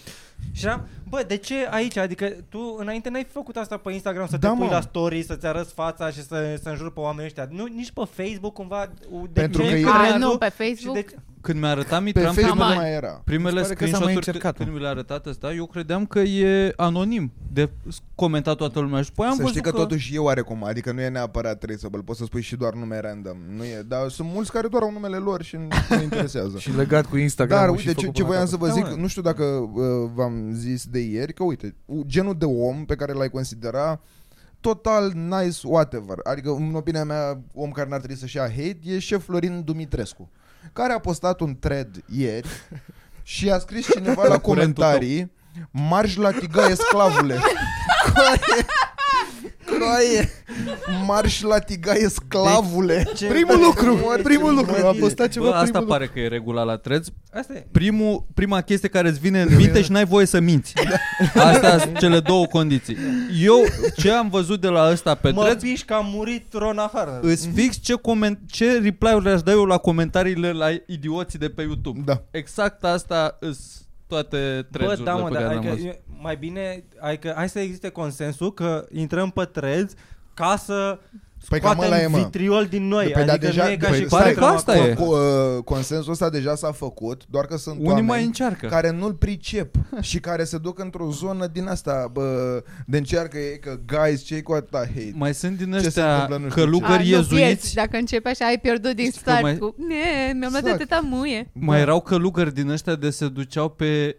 Și am, bă, de ce aici? Adică tu înainte n-ai făcut asta pe Instagram să Da, te pui mă. la story, să-ți arăți fața și să, să înjuri pe oamenii ăștia. Nu, nici pe Facebook cumva. u- De Pentru ce că e- A, creierul- nu, pe și deci, Facebook. de, Când mi-a arătat Pe Mitran Facebook nu primele, mai era. primele Mi se pare că s-a mai screenshot-uri încercat, când mi le-a arătat ăsta, eu credeam că e anonim de comentat toată lumea și poi am Să văzut știi că, totuși eu oarecum, adică nu e neapărat traceable, poți să spui și doar nume random. Nu e, dar sunt mulți care doar au numele lor și nu ne interesează. Și legat cu Instagram. Dar uite ce, ce voiam să vă Da, zic, mă. nu știu dacă uh, v-am zis de ieri, că uite, u- genul de om pe care l-ai considera total nice whatever, adică în opinia mea om care n-ar trebui să-și ia hate e șef Florin Dumitrescu, care a postat un thread ieri și a scris cineva la comentarii Marș la tigaie, sclavule! Coaie! Coaie! Marș la Deci, tigaie, sclavule! Deci, Primul lucru, Moarte, primul lucru. A moarte. postat Bă, ceva asta primul pare că e regula la treți. asta e. Primul, prima chestie care îți vine în minte și n-ai voie să minți. Astea sunt cele două condiții. Eu ce am văzut de la ăsta pe Mă treț, piși că a murit Ron afară. îți fix ce, coment- ce reply-uri aș da eu la comentariile la idioții de pe YouTube. Da. Exact asta îs toate Bă, trețurile da, mă, pe dar care am adică, văzut. e- mai bine, adică, hai să existe consensul că intrăm pe trezi ca să Păi cam scoatem ăla e, mă. vitriol din noi. Păi, adică dar nu deja- e ca păi, și pare cum că acum- asta e. Cu, uh, consensul ăsta deja s-a făcut, doar că sunt Unii oameni mai încearcă. care nu-l pricep și care se duc într-o zonă din asta bă, de încearcă ei că guys, cei cu atâta hate? Mai sunt din se ăștia întâmplă, nu știu călugări A, Ah, nu pierzi, iezuiți. dacă începe așa, ai pierdut din Știu că start mai- cu... Ne, mi-am luat Exact. atâta muie. Mai erau călugări din ăștia de se duceau pe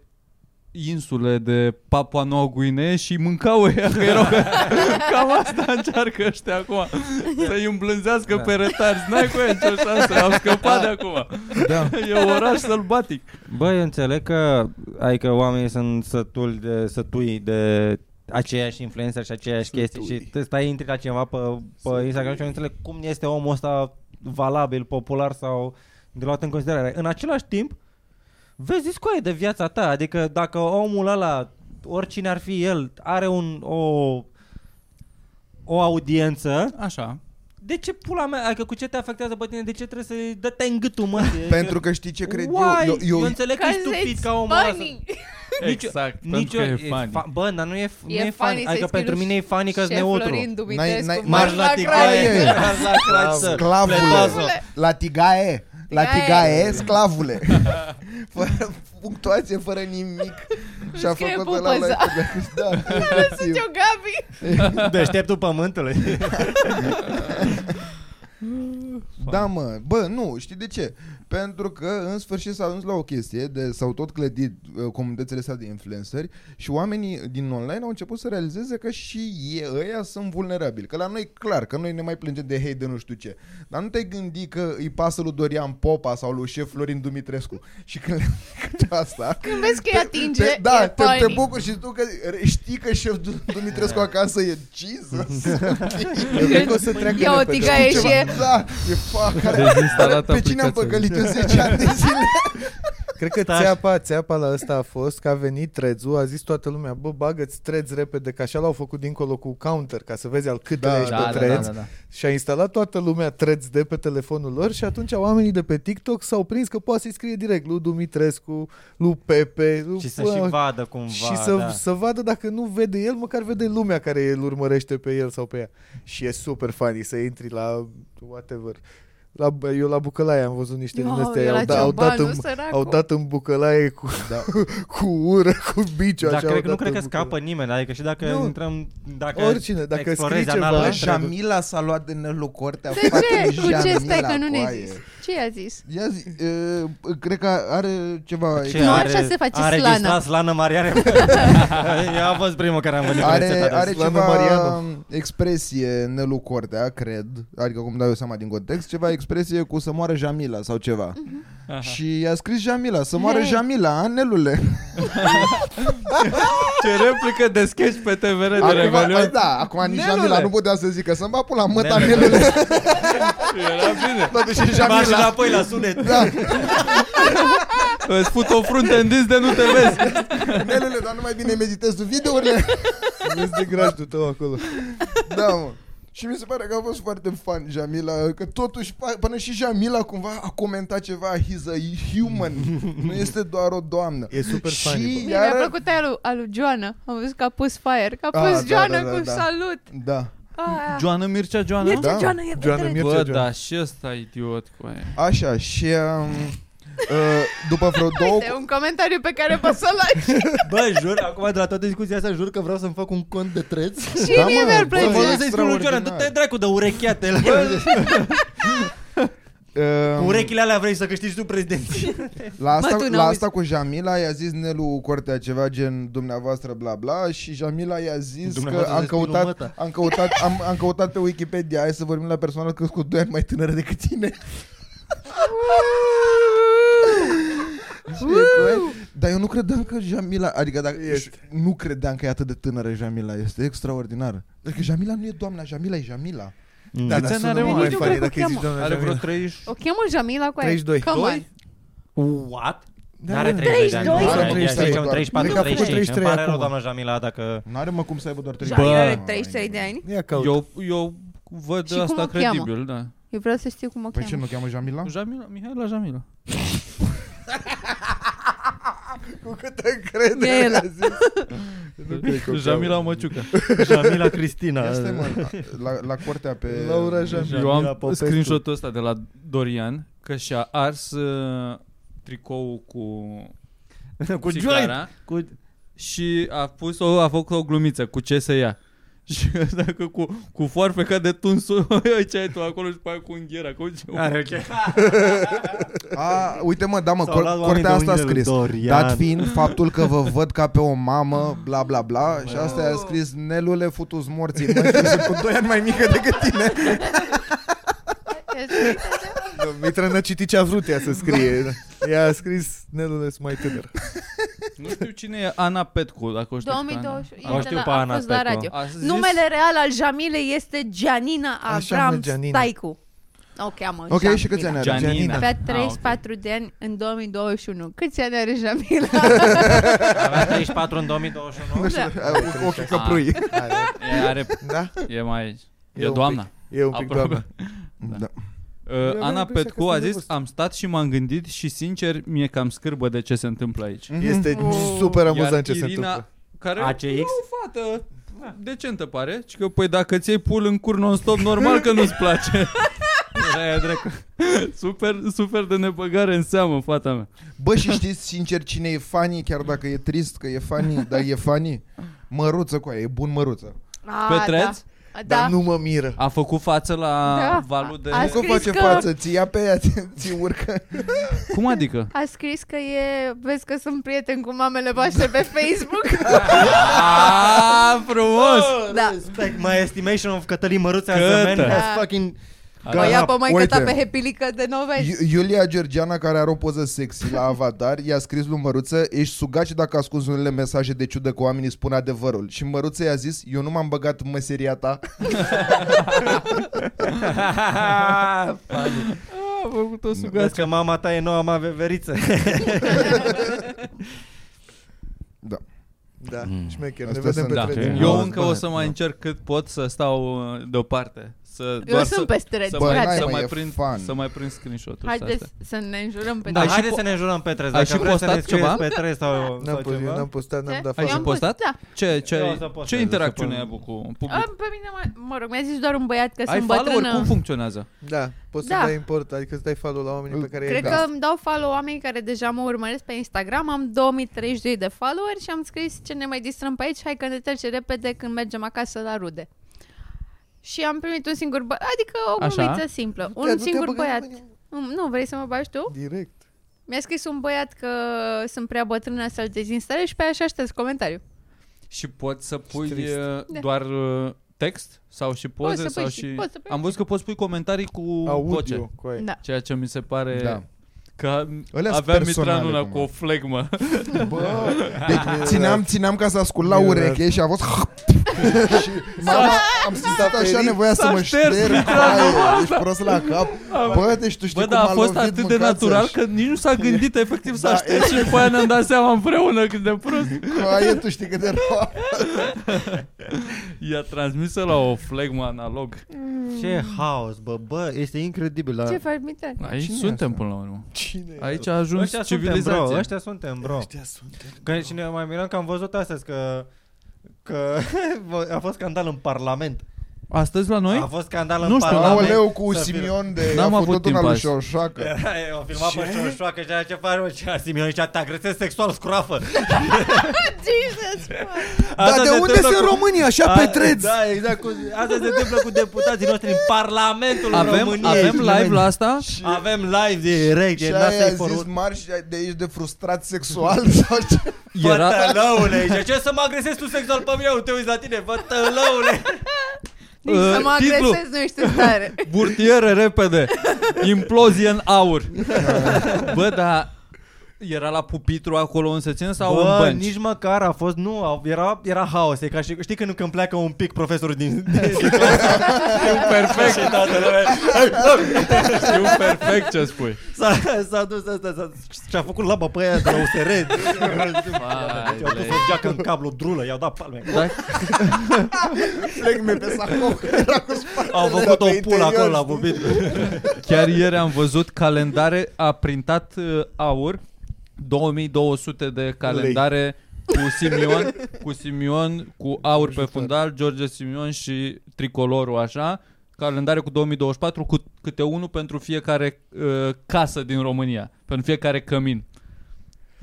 insule de Papua Noua Guinee și mâncau ea că erau cam asta încearcă ăștia acum să-i îmblânzească pe retarzi n-ai cu ei nicio șansă, am scăpat de acum Da. e un oraș sălbatic Bă, eu înțeleg că, adică oamenii sunt sătuli de, sătui de aceiași influencer și aceiași chestii și te stai intri la cineva pe, pe Instagram și eu nu înțeleg cum este omul ăsta valabil, popular sau de luat în considerare. În același timp, vezi discoaie de viața ta, adică dacă omul ăla, oricine ar fi el, are un, o, o audiență, așa de ce pula mea, adică cu ce te afectează pe tine, de ce trebuie să-i dă-te în gâtul, mă? Adică- Pentru că știi ce cred Why? eu? eu, Eu, eu înțeleg că Ca ești stupid să-ți ca omul ăla. să- banii. Nici- Exact, nici pentru eu- că e funny. fa- bă, dar nu e, f- nu E e funny funny, să-i adică scrii pentru lui mine e funny că Șef Florin neutru. Dumitrescu, n-ai- marș la tigaie. craie. Marș la craie, să- Sclavule! Pletoasă. La tigaie! La Tigaie. tigaie, sclavule! fără punctuație, fără nimic. Și a scrie făcut pe la pupăza. Da, efectiv. Eu, Gabi, Deșteptul pământului. Da, mă, bă, nu, știi de ce? Pentru că în sfârșit s-a ajuns la o chestie de s-au tot clădit uh, comunitățile astea de influenceri și oamenii din online au început să realizeze că și ei ăia sunt vulnerabili. Că la noi clar, că noi ne mai plângem de hate de nu știu ce. Dar nu te gândi că îi pasă lui Dorian Popa sau lui șef Florin Dumitrescu. Și când le asta, când vezi că îi atinge, te, da, e te, funny. te bucuri și tu că știi că șef Du- Dumitrescu acasă e Jesus. Eu cred că o să treacă Ia o repede. tigaie și e... Da, e fa, care, Dezinstalat pe cine am aplicația. păcălit în 10 ani de zile? Cred că Stai. țeapa, țeapa la ăsta a fost că a venit Trețu, a zis toată lumea, bă, bagă-ți treț repede, că așa l-au făcut dincolo cu counter, ca să vezi al cât da, Da, ești da, pe da, treț. da, da, da. Și a instalat toată lumea treț de pe telefonul lor și atunci oamenii de pe TikTok s-au prins că poate să-i scrie direct lui Dumitrescu, lui Pepe, lui Și să și vadă cumva, și să, da. să vadă dacă nu vede el, măcar vede lumea care îl urmărește pe el sau pe ea. Și e super funny să intri la whatever. La, eu la Bucălaie am văzut niște Wow, din astea, eu la au, da, au, dat Ciobanu, în, săracul. au dat în Bucălaie cu, da. cu ură, cu biciu. Dar așa, au cred, că nu dat în Bucălaie. cred că scapă nimeni, adică și dacă Nu. intrăm, dacă Oricine, dacă explorezi scrii ceva- anal Bă, întreg- Jamila s-a luat de nălucorte. De ce? Cu ce stai că nu ne zis? Ce i-a zis? Ia zi, e, cred că are ceva... Ce Nu, așa se face a slana. registrat slana Mariane. Eu am fost primul care am venit cu rețeta Are, de are slana ceva Mariano. expresie Nelu Cortea, cred, adică cum dau eu seama din context, ceva expresie cu să moară Jamila sau ceva. Și i-a scris Jamila, să moară Mhm. Hei. Jamila, a, Nelule. Ce replică de sketch pe TVR de Acum, Revelion. bă, da, acum nici Nelule. Jamila nu putea să zică să-mi bat pula măta Nelule. Nelule. Era bine. Totuși e Bași Jamila. înapoi la sunet. Da, Îți fut o frunte în dis de nu te vezi. Nelule, dar nu mai bine meditez tu videourile. Vezi de grajdul tău acolo. Da, mă. Și mi se pare că a fost foarte fan Jamila, că totuși, pa- până și Jamila cumva a comentat ceva, he's a human, nu este doar o doamnă. E super și funny, bă. Mie mi-a iară... plăcut aia lui, a lui Joana. Am văzut că a pus fire, că a Ah, pus da, Joana da, da, cu da. salut. Ah, Da. Aia. Joana Mircea, Joana? Mircea, Da. Joana, e Joana pe Mircea Bă, Joana. da, și ăsta idiot cu aia. Așa, și um, uh, după vreo două... Uite, un comentariu pe care poți să-l lași. Bă, jur, acum de la toată discuția asta, jur că vreau să-mi fac un cont de treț. Și Da, mie mă, mi-ar bă, Să plăcea. folosesc lui Joana, extraordinar. du-te dracu de urecheate. Cu Um, urechile alea vrei să câștigi tu prezidenții. la, asta, Mă, tu la n-auzi. asta cu Jamila i-a zis Nelu Cortea ceva gen dumneavoastră bla bla și Jamila i-a zis că Dumneavoastră am despre căutat, lumăta. am, căutat, am, am căutat pe Wikipedia hai să vorbim la persoană că cu 2 ani mai tânără decât tine. Și e corect. Dar eu nu credeam că Jamila, adică dacă, Este. nu credeam că e atât de tânără Jamila, este extraordinar. Deci că Jamila nu e doamna, Jamila e Jamila. Da, Câți dar ani sună are, mă? mult Nici mai nu funny cred că dacă îi zici cheamă. doamna Are vreo Jamila. 30... O cheamă Jamila cu aia. 32. Come on. What? Da, N-are da, da. 30 de 32. ani. Are Deci 33, 33, doar. 34, Cred că a făcut 35. Îmi 33 pare rău, acum. doamna Jamila, dacă... N-are mă cum să aibă doar 30 Jamila are Bă. 33 de ani. Ia caută. Eu, eu văd Și cum asta o cheamă? Ah. credibil, da. Eu vreau să știu cum o Păi ce, cheamă. nu cheamă Jamila? Jamila, Mihaela Jamila. Cu câtă încredere Miela. a zis. Nu cred că o Jamila Măciucă. Jamila Cristina. Ia stai, mă, la, la cortea pe... Laura Jamila. Eu am Popescu. screenshot-ul ăsta de la Dorian că și-a ars uh, tricoul cu Cu joint. țigara Cu... și a pus o, a făcut o glumiță cu ce să ia. Și dacă cu, cu foarfeca de tunsul, ia ce ai tu acolo și pe aia cu unghiera. Cu ce? Are, ok. A, uite mă, da mă, S-au luat cor- oamenii cortea de asta a mâinile lui scris. Dorian. Dat fiind faptul că vă văd ca pe o mamă, bla bla bla, și asta i-a scris Nelule futus morții, mă, și sunt cu 2 ani mai mică decât tine. Mitra n-a citit ce a vrut ea să scrie. Ea a scris Nelule sunt mai tânăr. Da. Nu știu cine e Ana Petcu, dacă o știu. 2021. O știu pe a Ana fost la Sperco. radio. A zis, Numele real al Jamilei este Gianina Așa, mă, Avram Gianina. Staicu. O cheamă Ok, Jamila. și câți ani are? Gianina. Avea Ah, 34 de ani în 2021. Câți ani are Jamila? Avea 34 în 2021. Da. O- Ochii căprui. Ah, Are, ok. E, are, da? e mai... E E un doamna. E un pic Aproape. doamnă. Da. Uh, aveam Ana impresia că Petcu sunt a de zis, vârstă. am stat și m-am gândit și sincer mi-e cam scârbă de ce se întâmplă aici. Este Oh. super Iar amuzant ce se Irina, întâmplă. care ACX? e o fată decentă pare, și că păi dacă ți-ai pul în cur non-stop, normal că nu-ți place. Era aia dracu. super, super de nebăgare în seamă, fata mea. Mhm. Bă, și știți sincer cine e funny, chiar dacă e trist că e funny, dar e funny? Măruță cu aia, e bun măruță. A, Petreț? Da. Dar da. nu mă miră. A făcut față la Da. valul de... A- Nu că scris face că- față, ți ia pe ea, ți- ți urcă. Cum adică? A scris că e... Vezi că sunt prieten cu mamele voastre pe Facebook. A, frumos! Da. Respect my estimation of Cătălin Măruța Cătă. as a man Da. has fucking... O ia pe mai Uite. ta pe hepilică de Păi- 90. I- Iulia Georgiana, care are o poză sexy la Avatar, i-a scris lui Măruță, ești sugat și dacă ascunzi unele mesaje de ciudă că oamenii spun adevărul. Și Măruță i-a zis, eu nu m-am băgat în măseria ta. a făcut o Vezi sugație. că mama ta e noua mea veveriță. Da. Da, Mm. șmecher, ne Astea vedem sunt pe Da. Între trending. ele. Eu încă o să Da. mai încerc cât pot să stau uh, deoparte. Să, Eu sunt să, pe străzi, să, frate. mai, să, Băi, mai mai e prind, fan. să mai prind screenshot-uri și Haideți astea. să ne înjurăm pe Da, Ai toți. și haideți po- să ne jurăm pe trez. ai Dacă și vreți să ne postat scrieți ceva? pe trez sau, N-am, sau pus, ceva. n-am postat, n-am Ce? dat Ai și follow. am postat? pus- da. Ce, ce, Eu o să ai- postez, ce o să interacțiune pun. ai avut cu A, publicul? Pe mine, mă, mă rog, mi-a zis doar un băiat că Ai sunt follower? Cum bătrână. funcționează? Da, poți să Da. dai import, adică să dai follow la oamenii pe care Cred i-ai că îmi dau follow oamenii care deja mă urmăresc pe Instagram, am 2032 de follower și am scris ce ne mai distrăm pe aici, hai că ne trece repede când mergem acasă la rude. Și am primit un singur băiat, adică o Așa. glumiță simplă, Nu te- un nu te singur băga băiat. nimeni Mm, Nu, vrei să mă bagi tu? Direct. Mi-a scris un băiat că sunt prea bătrână să-l dezinstalez și pe aia și aștept comentariu. Și poți să Ce pui trist. uh, Da. doar uh, text sau și poze să pui sau și- și... poți să pui Am văzut că poți pui comentarii cu voce, Audio, cu aia. Da. ceea ce mi se pare Da. că Alea-s avea Mitran personale, una cumva. cu o flegmă. Bă, deci țineam, țineam ca să ascult la Minunat. ureche și a fost... și m-am, am simțit așa ferit, nevoia să s-a mă șters șterg aia, ești prost la cap. Bă, deci tu știi Bă, cum dar a fost lovit atât de mâncața natural și- că nici nu s-a gândit efectiv să Da, aștept și după aia ne-am dat seama împreună cât de prost. Aia, tu știi cât de rău. I-a transmis la o flegmă analog. Ce haos, bă, bă, este incredibil. Da. Dar... Ce faci, Mitran? Aici Cine e suntem asta? până la urmă. Cine? Aici a ajuns Ăștia suntem, civilizația. bro, ăștia suntem, bro. Ăștia suntem. Că și ne mai mirăm că am văzut astăzi că că a fost scandal în Parlament. Astăzi la A noi? fost scandal în Nu știu, Parlament. Aoleu cu Să fie- Simion de... N-am a avut făcut una timp lui azi. Șoșoacă. Era- O filmat pe Șoșoacă și a ce faci, mă, ce Simion și te agresez sexual, scroafă. Jesus, fuck. Asta Dar de se unde întâmplă sunt cu- românii așa A- petreți? Da, exact. Cu, asta se întâmplă cu deputații noștri în Parlamentul Avem, României. avem live la asta? Avem live direct, Și e aia a nasa zis mari și de aici de frustrat sexual sau ce? Era, Fătălăule, și ce să mă agresezi tu sexual pe mine? Uite, uiți la tine, fătălăule. Uh, Nici să mă titlu. agresez, nu ești în stare. Burtiere repede Implozie în aur Bă, dar era la pupitru acolo în sețin sau Bă, în bănci? nici măcar a fost, nu, a- era, era haos. E ca și, știi când, când pleacă un pic profesorul din... din clasă? perfect și toată lumea Știu perfect ce spui s-a, s-a dus asta, s-a, și-a făcut laba pe aia de la USR. Deci I-au dus o geacă în cablu drulă, i-au dat palme. da, Flegme pe sacou. Era cu Au spatele făcut o pe pulă Păi, interior, acolo la știi? bubit. Chiar ieri am văzut calendare A printat uh, aur 2200 de calendare cu Simion, cu Simion, cu aur pe fundal, George Simion și tricolorul așa, calendare cu 2024 cu câte unul pentru fiecare uh, casă din România, pentru fiecare cămin.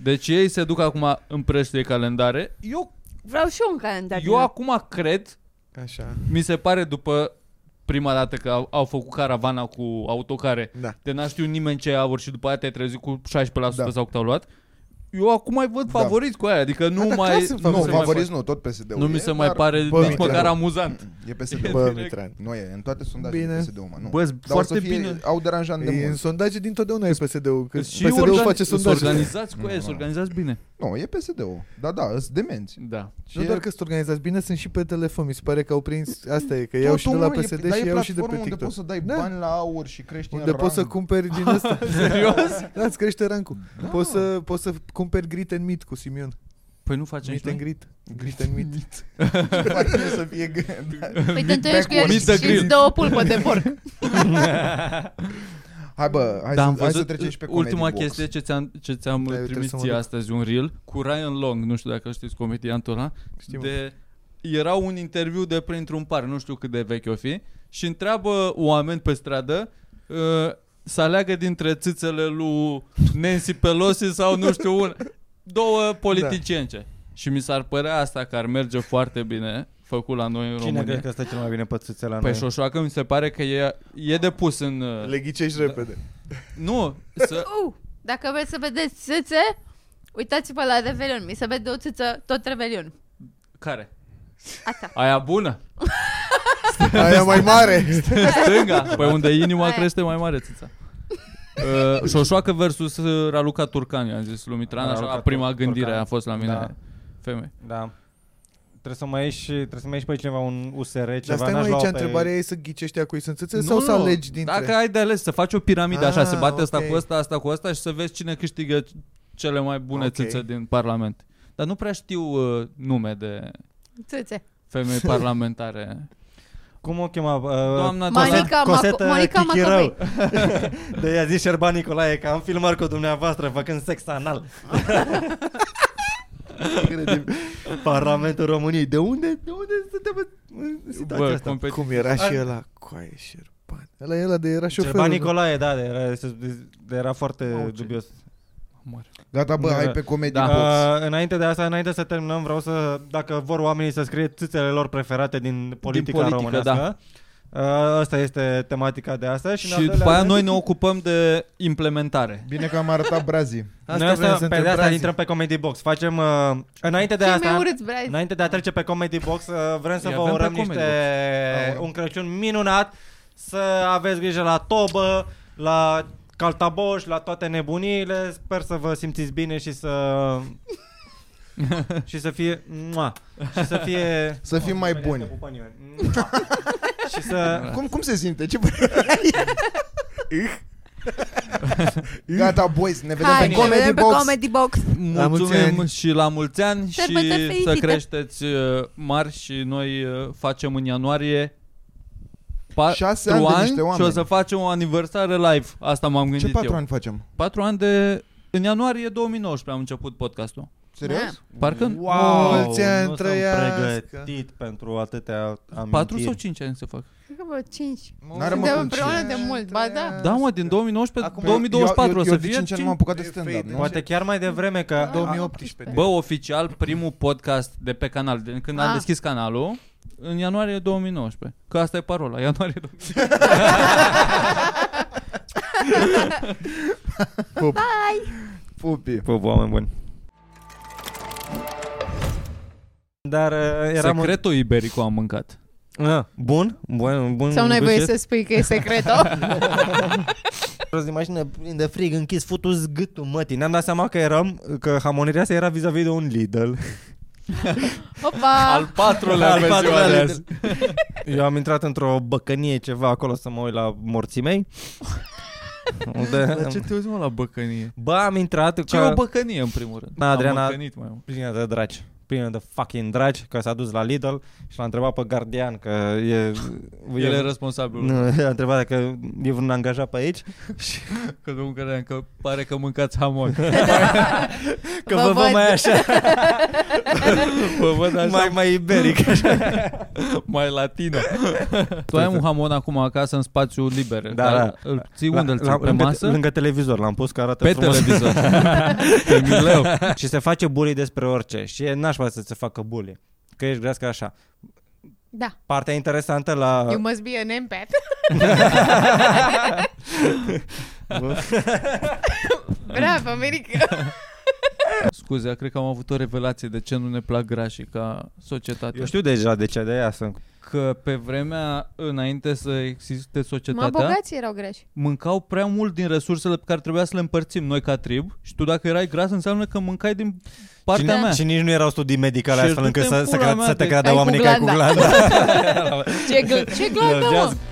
Deci ei se duc acum împrăștie calendare. Eu, Vreau și eu un calendar. eu acum cred Așa. mi se pare după prima dată că au, au făcut caravana cu autocare, Da. de n-a știut nimeni ce aur și după aia te-ai trezit cu 16% da. Da. sau cât au luat. Eu acum mai văd Da. favoriți cu aia, adică nu Da, da, mai clar sunt nu, Nu, se mai, favoriz nu, tot PSD-ul. nu mi e, se mai dar pare Bă, nici Mitran. măcar amuzant. E PSD-ul. Bă, direct. Mitran. Nu e, în toate sondajele Bine. bine. PSD-ul, mă, nu. Bă, Dar o foarte să fie, bine. Au deranjat de E în mult. sondaje dintotdeauna e PSD-ul. Că Da, Și păi PSD-ul organi- face sunt sondaje. organizați cu Nu, ei, nu, sunt nu. organizați bine. Nu, e PSD-ul. Da, da, îs demenți. Da. Nu doar că sunt organizați bine, sunt și pe telefon. Mi se pare că au prins... Asta e, că iau și de Totul, la mă, e- PSD dar și e iau și de pe platformă unde TikTok. poți să dai Da. bani la aur și crești în Unde poți să rang. cumperi din asta. Serios? Da, îți crește rancul. Da, Poți să, poți să cumperi grit and meat cu Simion. Păi nu facem Meat și and noi? grit. Grit and meat. Fac eu să fie gând. Păi te întâlnești cu el Meet the și grill. îți dă o pulpă de porc. Hai bă, hai, Dar Da, am să, hai să văzut trecem și pe comedy ultima box. chestie ce ți-am, ce ți-am Păi, Da, eu trebuie trimis să mă ție duc. astăzi, un reel cu Ryan Long, nu știu dacă știți comediantul ăla, Știu. de era un interviu de printr-un par, nu știu cât de vechi o fi, și întreabă oameni pe stradă uh, să aleagă dintre țâțele lui Nancy Pelosi sau nu știu un, două politicience. Și mi s-ar părea asta că ar merge foarte bine făcut la noi Cine în crezi România. că stă cel mai bine pățuțe la Păi noi? șoșoacă mi se pare că e, e depus în... uh, Le Da. ghicești repede. nu, să, Uh, dacă vreți să vedeți țâțe, uitați-vă la Revelion. Mi se vede o țâță tot Revelion. care? Asta. Aia bună? Aia mai mare. Stânga? Păi unde inima Aia. crește mai mare țâța. Uh, Șoșoacă versus uh, Raluca Turcan, i-am zis lui Mitran, așa, Raluca prima Tur- gândire Turcan. a fost la mine, Da. femei. Da. Trebuie să mai ieși, trebuie să mai ieși pe cineva un USR, ceva. Dar stai mă, n-aș aici lua-o întrebarea e să ghicești acui sunt țâțe sau să alegi dintre... Dacă ai de ales să faci o piramidă așa, Ah, se bate asta ok. cu asta, asta cu asta și să vezi cine câștigă cele mai bune Ok. okay. țâțe din Parlament. Dar nu prea știu uh, nume de Țâțe. femei parlamentare. Cum o chema? Uh, Doamna Monica, Cosetă Maco- Monica Chichirău. Macovei. De i-a zis Șerban Nicolae că am filmări cu dumneavoastră făcând sex anal. Incredibil. Parlamentul României. De unde, de unde suntem în- în situația Bă, asta? competi- Cum era și ăla? Coaie șerban. Ăla e ăla de era Șerban șoferul. nu? Nicolae, da, de era, de era foarte dubios. Gata, bă, Da. hai pe comedy Da. box. Uh, înainte de asta, înainte să terminăm, vreau să, dacă vor oamenii să scrie țâțele lor preferate din da. politica, politică, românească, da. uh, asta este tematica de astăzi. Și, în al Și doilea după aia rând- noi ne ocupăm de implementare. Bine că am arătat brazii. Asta noi asta, pe de asta intrăm pe Comedy Box. Facem uh, înainte de Ce asta, mi-e urât, Braz. înainte de a trece pe Comedy Box, uh, vrem să Îi vă avem pe urăm Comedy niște un Crăciun minunat, să aveți grijă la tobă, la caltaboș, la toate nebuniile. Sper să vă simțiți bine și să și să fie mua, și să fie Să fim mai Nimeni buni. nu te pupă nimeni. Mua. și să Cum, cum se simte? Ce părere ai? Gata, tá boys, né? ne vedem Hai, pe ne Comedy vedem pe Box. Comedy Box. La mulți Mulțumim ani. și la mulți ani și Sărbători să fericite. creșteți uh, mari și noi uh, facem în ianuarie Șase 4 ani de ani niște și o oameni. să facem o aniversare live. Asta m-am Ce gândit patru eu. ani facem? 4 ani de... În ianuarie 2019 am început podcastul. Da. Serios? Parcă Wow, Mulți ani nu sunt trăiască. pregătit pentru atâtea amintiri. 4 sau 5 ani se fac. Cred că vreo 5. N-are mă Da. Suntem cum cine. împreună de mult, ba da. Da, mă, din 2019 Acum- 2024 eu, eu, o é să eu fie. de 5 ani cinci- m-am apucat de Fade, stand-up, né? nu? Poate chiar mai devreme că 2018. Bă, oficial, primul podcast de pe canal, de, când am Ah. deschis canalul, în ianuarie 2019. Că asta e parola, ianuarie 2019. Pupi. Pă, oameni buni. Dar uh, eram... Secretul iberico am mâncat. Uh, bun, bun, bun. Sau n-ai voie gâșet. să spui că e secretul? Jos din mașină, plin de frig, închis, futus gâtul mătii. Ne-am dat seama că eram, că hamonirea asta era vis-a-vis de un Lidl. Opa! Al patrulea Al pe ziua patrulea de Lidl. azi. Eu am intrat într-o băcănie ceva acolo să mă uit la morții mei. Unde... te uiți, mă, la băcănie? Bă, am intrat Ce că... e o băcănie, în primul rând? Da, Adriana- Am măcănit mai mult. plină de dragi plină de fucking dragi, că s-a dus la Lidl și l-a întrebat pe gardian că e... El e responsabil. Nu, a întrebat dacă e vreun angajat pe aici Că nu credeam că pare că mâncați hamon. Că Vă vă, văd văd. mai așa, Vă văd așa mai, mai, mai iberic mai latino. tu ai un hamon acum acasă în spațiu liber. Da, dar da. Îl ții unde îl ții? Pe lângă, masă? lângă televizor l-am pus că arată Pe frumos televizor. pe mileu. Și se face bully despre orice Și e nașpa să se facă bully Că ești grească așa Da. Partea interesantă la... You must be an empath. Bravo, America! Scuze, cred că am avut o revelație de ce nu ne plac grașii ca societate. Eu știu deja de ce de aia sunt că pe vremea înainte să existe Mă, societatea, bogații erau greși. mâncau prea mult din resursele pe care trebuia să le împărțim noi ca trib și tu dacă erai gras înseamnă că mâncai din partea și, mea. și nici nu erau studii medicale Și astfel încât du-te să, în să, pula cre- mea să te de- creadă Ai cu oamenii că ai cu glanda. glanda Ce, gl- ce glandă, mă!